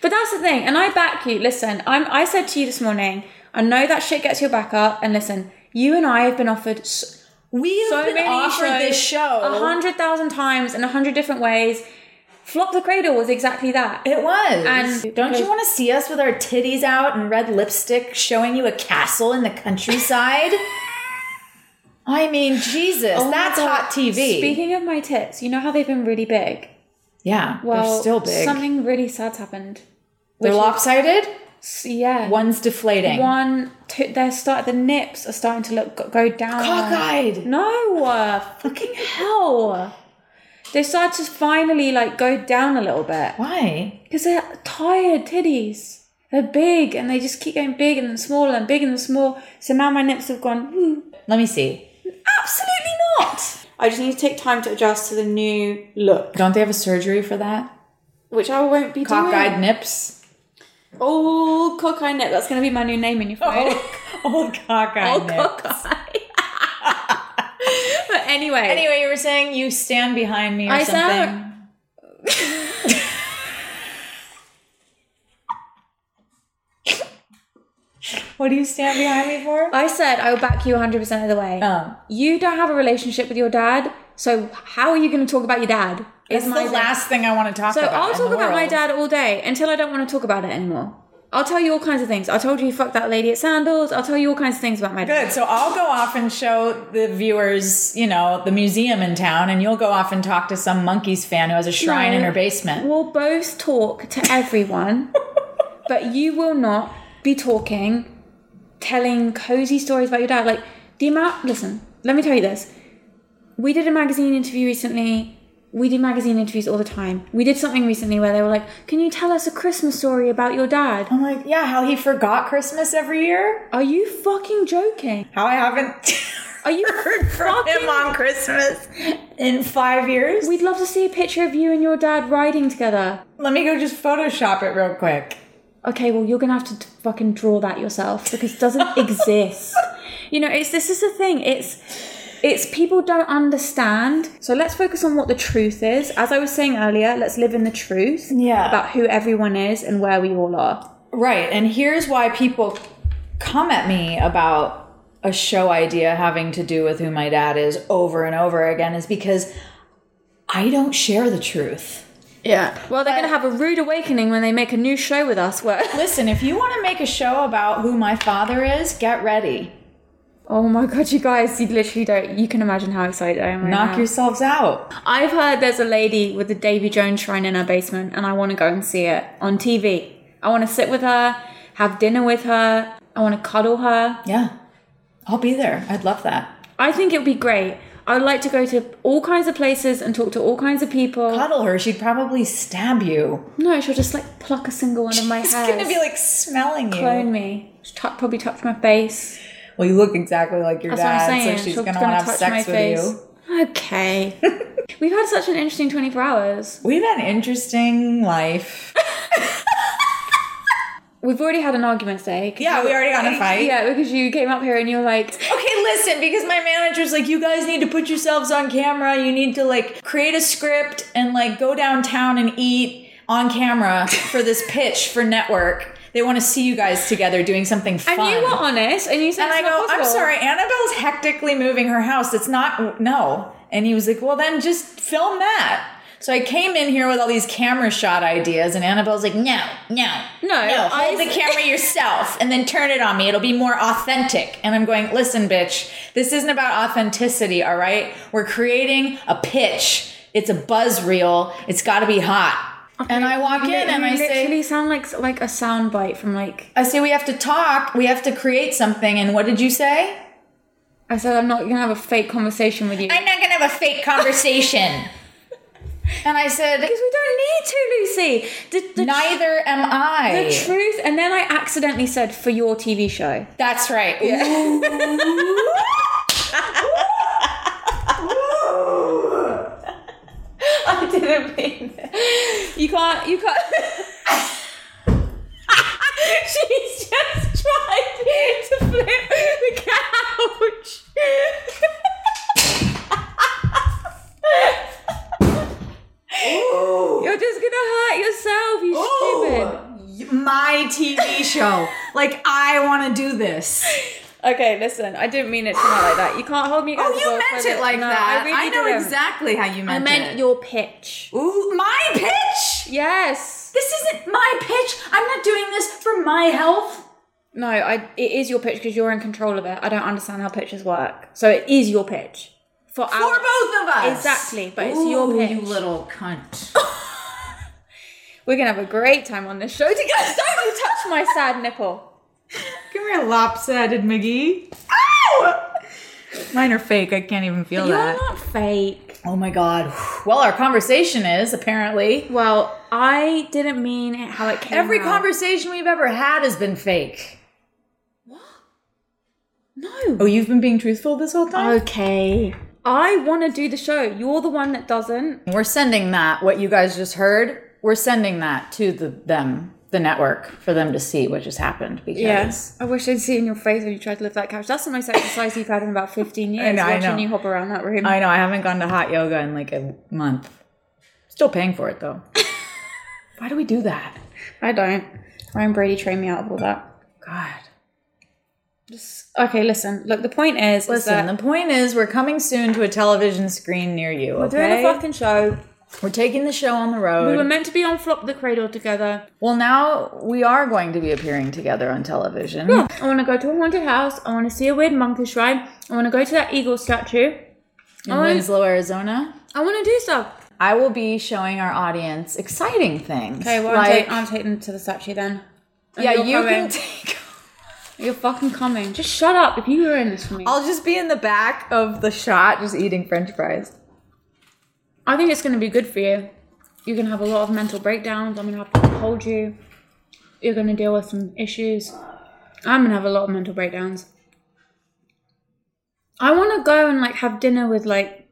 [SPEAKER 2] but that's the thing, and I back you. Listen, I'm, I said to you this morning, I know that shit gets your back up, and listen, you and I have been offered s-
[SPEAKER 1] We have
[SPEAKER 2] so
[SPEAKER 1] been
[SPEAKER 2] many
[SPEAKER 1] offered
[SPEAKER 2] shows,
[SPEAKER 1] this show.
[SPEAKER 2] a hundred thousand times in a hundred different ways. Flop the Cradle was exactly that.
[SPEAKER 1] It was.
[SPEAKER 2] And-
[SPEAKER 1] don't you want to see us with our titties out and red lipstick showing you a castle in the countryside? I mean, Jesus,
[SPEAKER 2] Oh my
[SPEAKER 1] that's
[SPEAKER 2] God.
[SPEAKER 1] hot TV.
[SPEAKER 2] Speaking of my tits, you know how they've been really big.
[SPEAKER 1] yeah,
[SPEAKER 2] Well,
[SPEAKER 1] they're still big.
[SPEAKER 2] Something really sad's happened.
[SPEAKER 1] they're
[SPEAKER 2] which is-
[SPEAKER 1] lopsided.
[SPEAKER 2] S- Yeah,
[SPEAKER 1] One's deflating.
[SPEAKER 2] one. Two, they're start. The nips are starting to look go- go down.
[SPEAKER 1] cockeyed.
[SPEAKER 2] No, uh, fucking hell. They start to finally like go down a little bit
[SPEAKER 1] Why?
[SPEAKER 2] because they're tired titties. They're big and they just keep getting big and then smaller and big and then small. So now my nips have gone. Woo.
[SPEAKER 1] Let me see.
[SPEAKER 2] Absolutely not.
[SPEAKER 3] I just need to take time to adjust to the new look,
[SPEAKER 1] Don't they have a surgery for that?
[SPEAKER 3] which I won't be
[SPEAKER 1] Cockeyed
[SPEAKER 3] doing.
[SPEAKER 1] nips.
[SPEAKER 3] Oh, cockeyed nip. That's
[SPEAKER 2] That's gonna be my new name in your phone.
[SPEAKER 1] Old cockeyed nips.
[SPEAKER 2] but anyway,
[SPEAKER 1] Anyway, you were saying you stand behind me or
[SPEAKER 2] I
[SPEAKER 1] something.
[SPEAKER 2] sound-
[SPEAKER 1] what do you stand behind me for?
[SPEAKER 2] I said I will back you 100% of the way.
[SPEAKER 3] Oh.
[SPEAKER 1] Um,
[SPEAKER 2] you don't have a relationship with your dad, so how are you going to talk about your dad?
[SPEAKER 1] It's the
[SPEAKER 2] thing.
[SPEAKER 1] last thing I want to talk
[SPEAKER 2] So
[SPEAKER 1] about.
[SPEAKER 2] I'll
[SPEAKER 1] in
[SPEAKER 2] talk
[SPEAKER 1] the
[SPEAKER 2] about my
[SPEAKER 1] world.
[SPEAKER 2] dad all day until I don't want to talk about it anymore. I'll tell you all kinds of things. I told you he fucked that lady at Sandals. I'll tell you all kinds of things about my dad.
[SPEAKER 1] Good. So I'll go off and show the viewers, you know, the museum in town, and you'll go off and talk to some monkeys fan who has a shrine in
[SPEAKER 2] No.
[SPEAKER 1] her basement.
[SPEAKER 2] We'll both talk to everyone, but you will not be talking, telling cozy stories about your dad. Like the amount. Listen, let me tell you this. We did a magazine interview recently. We do magazine interviews all the time. We did something recently where they were like, "Can you tell us a Christmas story about your dad?"
[SPEAKER 1] I'm like, yeah, how he forgot Christmas every year,
[SPEAKER 2] Are you fucking joking?
[SPEAKER 1] how I haven't
[SPEAKER 2] Are you
[SPEAKER 1] heard from
[SPEAKER 2] fucking
[SPEAKER 1] him on Christmas in five years.
[SPEAKER 2] We'd love to see a picture of you and your dad riding together.
[SPEAKER 1] Let me go just Photoshop it real quick.
[SPEAKER 2] Okay, well, you're gonna have to t- fucking draw that yourself because it doesn't exist. You know, it's this is the thing. It's it's people don't understand. So let's focus on what the truth is. As I was saying earlier, let's live in the truth
[SPEAKER 1] Yeah.
[SPEAKER 2] about who everyone is and where we all are.
[SPEAKER 1] Right. And here's why people come at me about a show idea having to do with who my dad is over and over again is because I don't share the truth.
[SPEAKER 3] yeah.
[SPEAKER 2] Well, they're gonna have a rude awakening when they make a new show with us. Where
[SPEAKER 1] Listen, if you want to make a show about who my father is, get ready.
[SPEAKER 2] oh my god, you guys, you literally don't. You can imagine how excited I am. Right
[SPEAKER 1] Knock
[SPEAKER 2] now.
[SPEAKER 1] yourselves out.
[SPEAKER 2] I've heard there's a lady with the Davy Jones shrine in her basement, and I want to go and see it on TV. I want to sit with her, have dinner with her. I want to cuddle her.
[SPEAKER 1] Yeah. I'll be there. I'd love that.
[SPEAKER 2] I think it would be great. I would like to go to all kinds of places and talk to all kinds of people.
[SPEAKER 1] Cuddle her. She'd probably stab you.
[SPEAKER 2] No, she'll just like pluck a single one of my
[SPEAKER 1] She's
[SPEAKER 2] hairs.
[SPEAKER 1] going to be like smelling you.
[SPEAKER 2] clone me. She tou- probably touch my face.
[SPEAKER 1] Well, you look exactly like your
[SPEAKER 2] That's
[SPEAKER 1] dad,
[SPEAKER 2] what I'm saying.
[SPEAKER 1] so she's
[SPEAKER 2] She'll-
[SPEAKER 1] going to
[SPEAKER 2] gonna
[SPEAKER 1] want to have
[SPEAKER 2] touch
[SPEAKER 1] sex
[SPEAKER 2] my
[SPEAKER 1] with
[SPEAKER 2] face.
[SPEAKER 1] you.
[SPEAKER 2] Okay. We've had such an interesting 24 hours.
[SPEAKER 1] We've had an interesting life.
[SPEAKER 2] We've already had an argument today. 'cause
[SPEAKER 1] Yeah,
[SPEAKER 2] you-
[SPEAKER 1] we already got in a fight.
[SPEAKER 2] Yeah, because you came up here and you're like,
[SPEAKER 1] Okay, listen, because my manager's like, you guys need to put yourselves on camera. You need to like create a script and like go downtown and eat on camera for this pitch for network. They want to see you guys together doing something fun.
[SPEAKER 2] And you were honest, and you said,
[SPEAKER 1] And I
[SPEAKER 2] it's not
[SPEAKER 1] go, I'm
[SPEAKER 2] possible."
[SPEAKER 1] sorry, Annabelle's hectically moving her house. It's not, no. And he was like, well, then just film that. So I came in here with all these camera shot ideas, and Annabelle's like, no, no,
[SPEAKER 2] No,
[SPEAKER 1] no. Hold
[SPEAKER 2] I-
[SPEAKER 1] the camera yourself and then turn it on me. It'll be more authentic. And I'm going, listen, bitch, this isn't about authenticity, all right? We're creating a pitch. It's a buzz reel. It's got to be hot. And I walk in and I
[SPEAKER 2] You
[SPEAKER 1] say,
[SPEAKER 2] literally sound like like a sound bite from like
[SPEAKER 1] I say, we have to talk. We have to create something. And what did you say?
[SPEAKER 2] I said I'm not gonna have a fake conversation with you.
[SPEAKER 1] I'm not gonna have a fake conversation. and I said,
[SPEAKER 2] because we don't need to, Lucy. The, the,
[SPEAKER 1] neither am I.
[SPEAKER 2] the truth, and then I accidentally said for your TV show.
[SPEAKER 1] That's right.
[SPEAKER 2] I didn't mean it. You can't. You can't. She's just tried to flip the couch. You're just gonna hurt yourself. You stupid.
[SPEAKER 1] Oh. My TV show. Like I want to do this.
[SPEAKER 2] Okay, listen. I didn't mean it to not like that. You can't hold me.
[SPEAKER 1] Oh,
[SPEAKER 2] accountable
[SPEAKER 1] you meant
[SPEAKER 2] for
[SPEAKER 1] it
[SPEAKER 2] the-
[SPEAKER 1] like
[SPEAKER 2] No,
[SPEAKER 1] that. I,
[SPEAKER 2] I, really
[SPEAKER 1] know
[SPEAKER 2] didn't.
[SPEAKER 1] exactly how you
[SPEAKER 2] I
[SPEAKER 1] meant,
[SPEAKER 2] meant
[SPEAKER 1] it.
[SPEAKER 2] your pitch.
[SPEAKER 1] Ooh, my pitch.
[SPEAKER 2] Yes.
[SPEAKER 1] This isn't my pitch. I'm not doing this for my health.
[SPEAKER 2] No, I, it is your pitch because you're in control of it. I don't understand how pitches work. So it is your pitch. For,
[SPEAKER 1] For
[SPEAKER 2] our,
[SPEAKER 1] both of us.
[SPEAKER 2] Exactly, but it's your
[SPEAKER 1] Ooh,
[SPEAKER 2] pitch.
[SPEAKER 1] You little cunt.
[SPEAKER 2] We're going to have a great time on this show together. don't you touch my sad nipple.
[SPEAKER 1] Come here, lopsided McGee. Ow! Mine are fake. I can't even feel
[SPEAKER 2] You're
[SPEAKER 1] that.
[SPEAKER 2] not fake.
[SPEAKER 1] Oh my god. Well, our conversation is apparently
[SPEAKER 2] Well, I didn't mean it how it came
[SPEAKER 1] every
[SPEAKER 2] out.
[SPEAKER 1] conversation we've ever had has been fake.
[SPEAKER 2] No.
[SPEAKER 1] Oh, you've been being truthful this whole time?
[SPEAKER 2] Okay. I want to do the show. You're the one that doesn't.
[SPEAKER 1] We're sending that what you guys just heard. We're sending that to the them, the network for them to see what just happened because
[SPEAKER 2] I wish I'd seen your face when you tried to lift that couch. That's the most exercise you've had in about 15 years,
[SPEAKER 1] know, I
[SPEAKER 2] watching
[SPEAKER 1] know.
[SPEAKER 2] you hop around that room.
[SPEAKER 1] I know I haven't gone to hot yoga in like a month. Still paying for it though. Why do we do that?
[SPEAKER 2] I don't. Ryan Brady trained me out of all that.
[SPEAKER 1] God.
[SPEAKER 2] Okay, listen. Look, the point is,
[SPEAKER 1] Listen,
[SPEAKER 2] is that
[SPEAKER 1] the point is we're coming soon to a television screen near you.
[SPEAKER 2] we're doing
[SPEAKER 1] Okay?
[SPEAKER 2] a fucking show.
[SPEAKER 1] We're taking the show on the road.
[SPEAKER 2] We were meant to be on Flop the Cradle together.
[SPEAKER 1] Well, now we are going to be appearing together on television.
[SPEAKER 2] I want to go to a haunted house. I want to see a weird monkey shrine. I want to go to that eagle statue.
[SPEAKER 1] In
[SPEAKER 2] I-
[SPEAKER 1] Winslow, Arizona.
[SPEAKER 2] I want to do stuff.
[SPEAKER 1] I will be showing our audience exciting things.
[SPEAKER 2] Okay, well,
[SPEAKER 1] like,
[SPEAKER 2] I'm, taking them to the statue then. And
[SPEAKER 1] yeah,
[SPEAKER 2] you're
[SPEAKER 1] you
[SPEAKER 2] coming.
[SPEAKER 1] can take.
[SPEAKER 2] You're fucking coming. Just shut up if you were in this for me.
[SPEAKER 1] I'll just be in the back of the shot, just eating French fries.
[SPEAKER 2] I think it's going to be good for you. You're going to have a lot of mental breakdowns. I'm going to have to hold you. You're going to deal with some issues. I'm going to have a lot of mental breakdowns. I want to go and like have dinner with like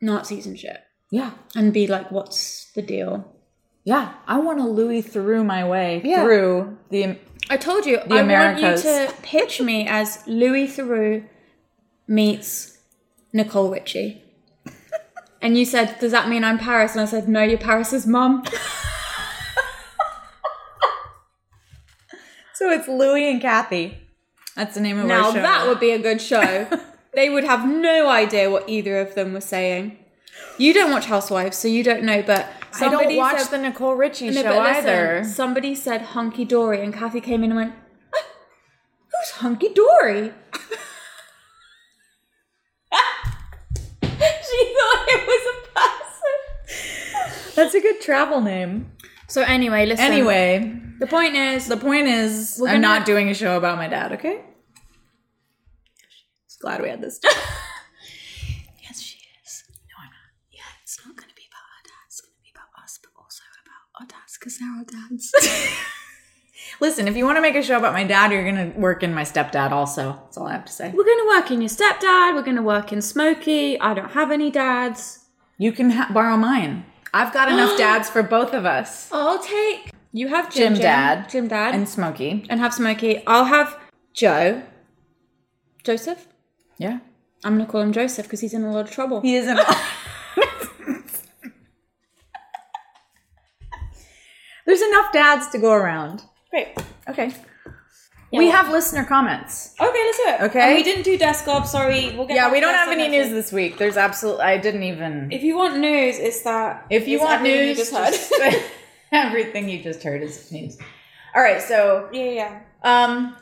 [SPEAKER 2] Nazis and shit
[SPEAKER 1] Yeah,
[SPEAKER 2] and be like, what's the deal?
[SPEAKER 1] yeah. I want to Louis through my way
[SPEAKER 2] Yeah.
[SPEAKER 1] through the.
[SPEAKER 2] I told you, I
[SPEAKER 1] Americas.
[SPEAKER 2] want you to pitch me as Louis Theroux meets Nicole Richie. and you said, Does that mean I'm Paris? And I said, No, you're Paris's mum.
[SPEAKER 1] So it's Louis and Kathy. That's the name of
[SPEAKER 2] Now
[SPEAKER 1] our show.
[SPEAKER 2] that would be a good show. they would have no idea what either of them were saying. You don't watch Housewives, so you don't know. But
[SPEAKER 1] I
[SPEAKER 2] somebody
[SPEAKER 1] don't watch
[SPEAKER 2] said,
[SPEAKER 1] the Nicole Richie
[SPEAKER 2] No,
[SPEAKER 1] show
[SPEAKER 2] but listen,
[SPEAKER 1] either.
[SPEAKER 2] Somebody said hunky dory, and Kathy came in and went, "Ah, "Who's hunky dory?" she thought it was a person.
[SPEAKER 1] That's a good travel name.
[SPEAKER 2] So anyway, listen.
[SPEAKER 1] Anyway,
[SPEAKER 2] the point is,
[SPEAKER 1] The point is,
[SPEAKER 2] We're
[SPEAKER 1] I'm
[SPEAKER 2] gonna-
[SPEAKER 1] not doing a show about my dad. Okay. Just glad we had this.
[SPEAKER 4] Yes, she is. No, I'm not. Yeah, it's not going to be about our dads. It's going to be about us, but also about our dads because they're our dads.
[SPEAKER 1] Listen, if you want to make a show about my dad, you're gonna work in my stepdad. Also, that's all I have to say.
[SPEAKER 2] we're going to work in your stepdad. We're going to work in Smokey. I don't have any dads.
[SPEAKER 1] You can ha- borrow mine. I've got enough dads for both of us.
[SPEAKER 2] I'll take. You have
[SPEAKER 1] Jim
[SPEAKER 2] Jim, Jim
[SPEAKER 1] Dad.
[SPEAKER 2] Jim Dad,
[SPEAKER 1] And Smokey.
[SPEAKER 2] and have Smokey. I'll have Joe. Joseph.
[SPEAKER 1] Yeah.
[SPEAKER 2] I'm gonna call him Joseph because he's in a lot of trouble.
[SPEAKER 1] He isn't. There's enough dads to go around.
[SPEAKER 3] Great.
[SPEAKER 1] Okay. we
[SPEAKER 3] well-
[SPEAKER 1] have listener comments.
[SPEAKER 3] Okay, let's do it.
[SPEAKER 1] Okay.
[SPEAKER 3] And we didn't do desk op. Sorry. We'll get.
[SPEAKER 1] Yeah,
[SPEAKER 3] back
[SPEAKER 1] we
[SPEAKER 3] to
[SPEAKER 1] don't
[SPEAKER 3] desk
[SPEAKER 1] have
[SPEAKER 3] op
[SPEAKER 1] any
[SPEAKER 3] next
[SPEAKER 1] news
[SPEAKER 3] week.
[SPEAKER 1] this week. There's absolutely, I didn't even.
[SPEAKER 3] If you want news, it's that.
[SPEAKER 1] If you
[SPEAKER 3] it's
[SPEAKER 1] want
[SPEAKER 3] everything
[SPEAKER 1] news,
[SPEAKER 3] you just heard.
[SPEAKER 1] just- everything you just heard is news. All right, so
[SPEAKER 3] yeah, yeah, yeah.
[SPEAKER 1] um,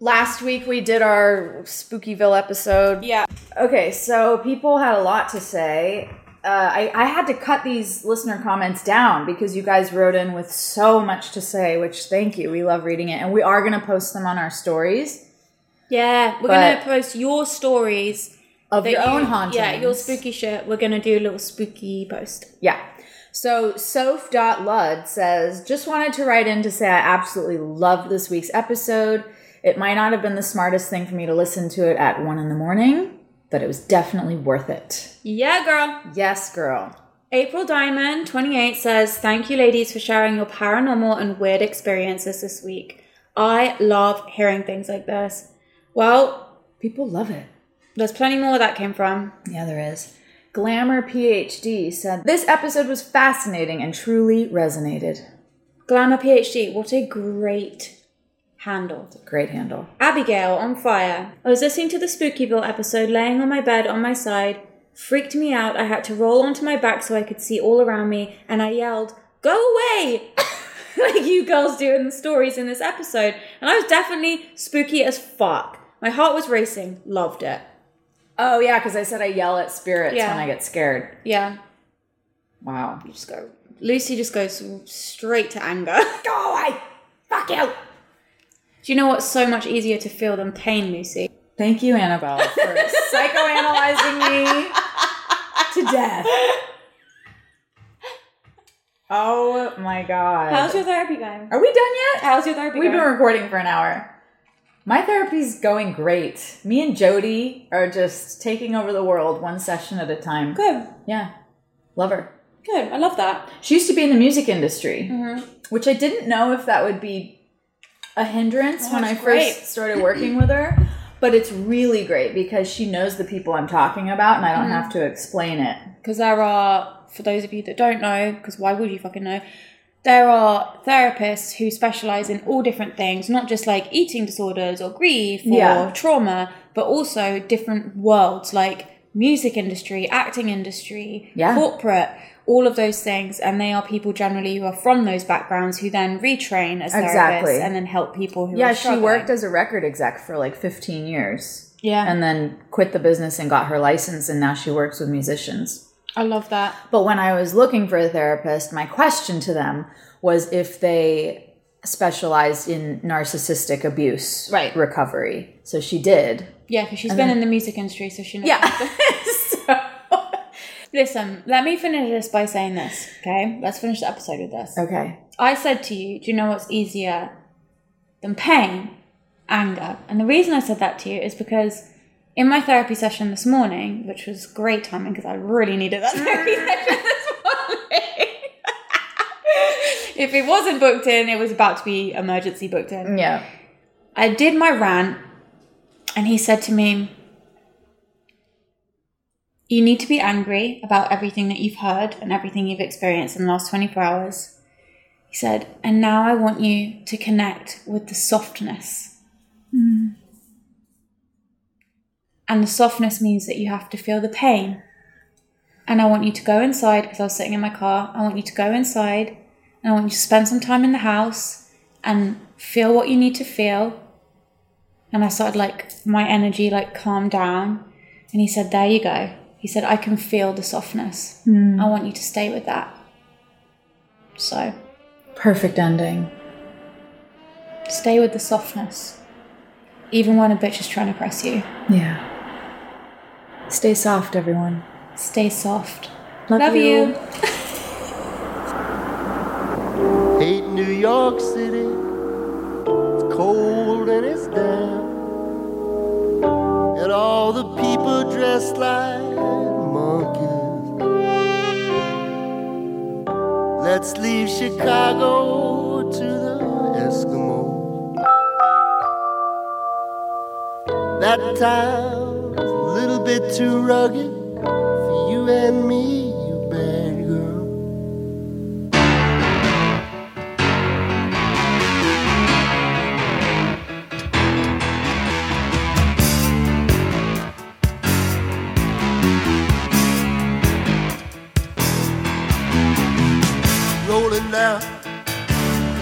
[SPEAKER 1] last week we did our Spookyville episode.
[SPEAKER 3] Yeah.
[SPEAKER 1] Okay, so people had a lot to say. Uh, I, I had to cut these listener comments down because you guys wrote in with so much to say, which thank you. We love reading it. And we are going to post them on our stories
[SPEAKER 2] Yeah, we're
[SPEAKER 1] But-
[SPEAKER 2] gonna post your stories
[SPEAKER 1] of
[SPEAKER 2] that
[SPEAKER 1] your
[SPEAKER 2] you-
[SPEAKER 1] own haunting.
[SPEAKER 2] Yeah, your spooky shit. We're gonna do a little spooky post.
[SPEAKER 1] Yeah. So Soph.Lud says, just wanted to write in to say I absolutely loved this week's episode. It might not have been the smartest thing for me to listen to it at one in the morning, but it was definitely worth it.
[SPEAKER 2] Yeah, girl.
[SPEAKER 1] Yes, girl.
[SPEAKER 2] April Diamond, 28, says, Thank you, ladies, for sharing your paranormal and weird experiences this week. I love hearing things like this. Well,
[SPEAKER 1] People love it.
[SPEAKER 2] there's plenty more where that came from.
[SPEAKER 1] Yeah, there is. Glamour PhD said, This episode was fascinating and truly resonated.
[SPEAKER 2] Glamour PhD, what a great handle.
[SPEAKER 1] Great handle.
[SPEAKER 2] Abigail on fire. I was listening to the Spookyville episode laying on my bed on my side. Freaked me out. I had to roll onto my back so I could see all around me, and I yelled, Go away! like you girls do in the stories in this episode. And I was definitely spooky as fuck. My heart was racing. Loved it.
[SPEAKER 1] Oh, yeah, because I said I yell at spirits
[SPEAKER 2] Yeah.
[SPEAKER 1] when I get scared.
[SPEAKER 2] Yeah.
[SPEAKER 1] Wow.
[SPEAKER 2] You just go. Lucy just goes straight to anger.
[SPEAKER 1] Go away! Fuck you!
[SPEAKER 2] do you know what's so much easier to feel than pain, Lucy?
[SPEAKER 1] Thank you, Annabelle, for psychoanalyzing me to death. Oh my god.
[SPEAKER 3] How's your therapy going?
[SPEAKER 1] Are we done yet?
[SPEAKER 3] How's your therapy
[SPEAKER 1] We've been
[SPEAKER 3] going?
[SPEAKER 1] recording for an hour. My therapy's going great. Me and Jody are just taking over the world one session at a time.
[SPEAKER 3] Good.
[SPEAKER 1] Yeah. Love her.
[SPEAKER 3] Good. I love that.
[SPEAKER 1] She used to be in the music industry, which I didn't know if that would be a hindrance when I
[SPEAKER 3] that's
[SPEAKER 1] first
[SPEAKER 3] great.
[SPEAKER 1] started working with her. But it's really great because she knows the people I'm talking about and I don't have to explain it.
[SPEAKER 2] because there are for those of you that don't know because why would you fucking know there are therapists who specialize in all different things not just like eating disorders or grief or
[SPEAKER 1] Yeah.
[SPEAKER 2] trauma but also different worlds like music industry acting industry
[SPEAKER 1] Yeah.
[SPEAKER 2] corporate all of those things and they are people generally who are from those backgrounds who then retrain as therapists
[SPEAKER 1] Exactly.
[SPEAKER 2] and then help people who
[SPEAKER 1] Yeah,
[SPEAKER 2] are
[SPEAKER 1] she
[SPEAKER 2] struggling.
[SPEAKER 1] worked as a record exec for like 15 years
[SPEAKER 2] yeah
[SPEAKER 1] and then quit the business and got her license and now she works with musicians.
[SPEAKER 2] i love that
[SPEAKER 1] But when I was looking for a therapist, my question to them was if they specialized in narcissistic abuse
[SPEAKER 2] Right.
[SPEAKER 1] recovery. So she did.
[SPEAKER 2] yeah because she's been in the music industry so she knows
[SPEAKER 1] so,
[SPEAKER 2] Listen, let me finish this by saying this, okay? Let's finish the episode with this.
[SPEAKER 1] okay.
[SPEAKER 2] I said to you, do you know what's easier than pain? Anger. And the reason I said that to you is because in my therapy session this morning, which was great timing because I really needed that therapy session this morning. if it wasn't booked in, it was about to be emergency booked in.
[SPEAKER 1] Yeah.
[SPEAKER 2] I did my rant, and he said to me, You need to be angry about everything that you've heard and everything you've experienced in the last 24 hours. He said, And now I want you to connect with the softness. Hmm. And the softness means that you have to feel the pain. And I want you to go inside, because I was sitting in my car, I want you to go inside and I want you to spend some time in the house and feel what you need to feel. And I started like my energy like calm down. And he said, There you go. He said, I can feel the softness.
[SPEAKER 1] Hmm.
[SPEAKER 2] I want you to stay with that. So
[SPEAKER 1] Perfect ending.
[SPEAKER 2] stay with the softness. Even when a bitch is trying to press you.
[SPEAKER 1] Yeah. Stay soft, everyone.
[SPEAKER 2] Stay soft.
[SPEAKER 1] Love you.
[SPEAKER 5] hate New York City. It's cold and it's damp. And all the people dressed like monkeys. Let's leave Chicago to the Eskimos. That town's a little bit too rugged for you and me, you bad girl. rolling down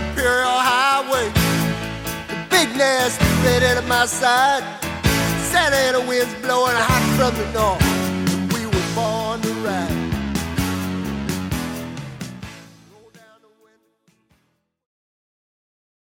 [SPEAKER 5] Imperial Highway. The big nasty lady at my side. Santa Ana winds blowing hot from the north.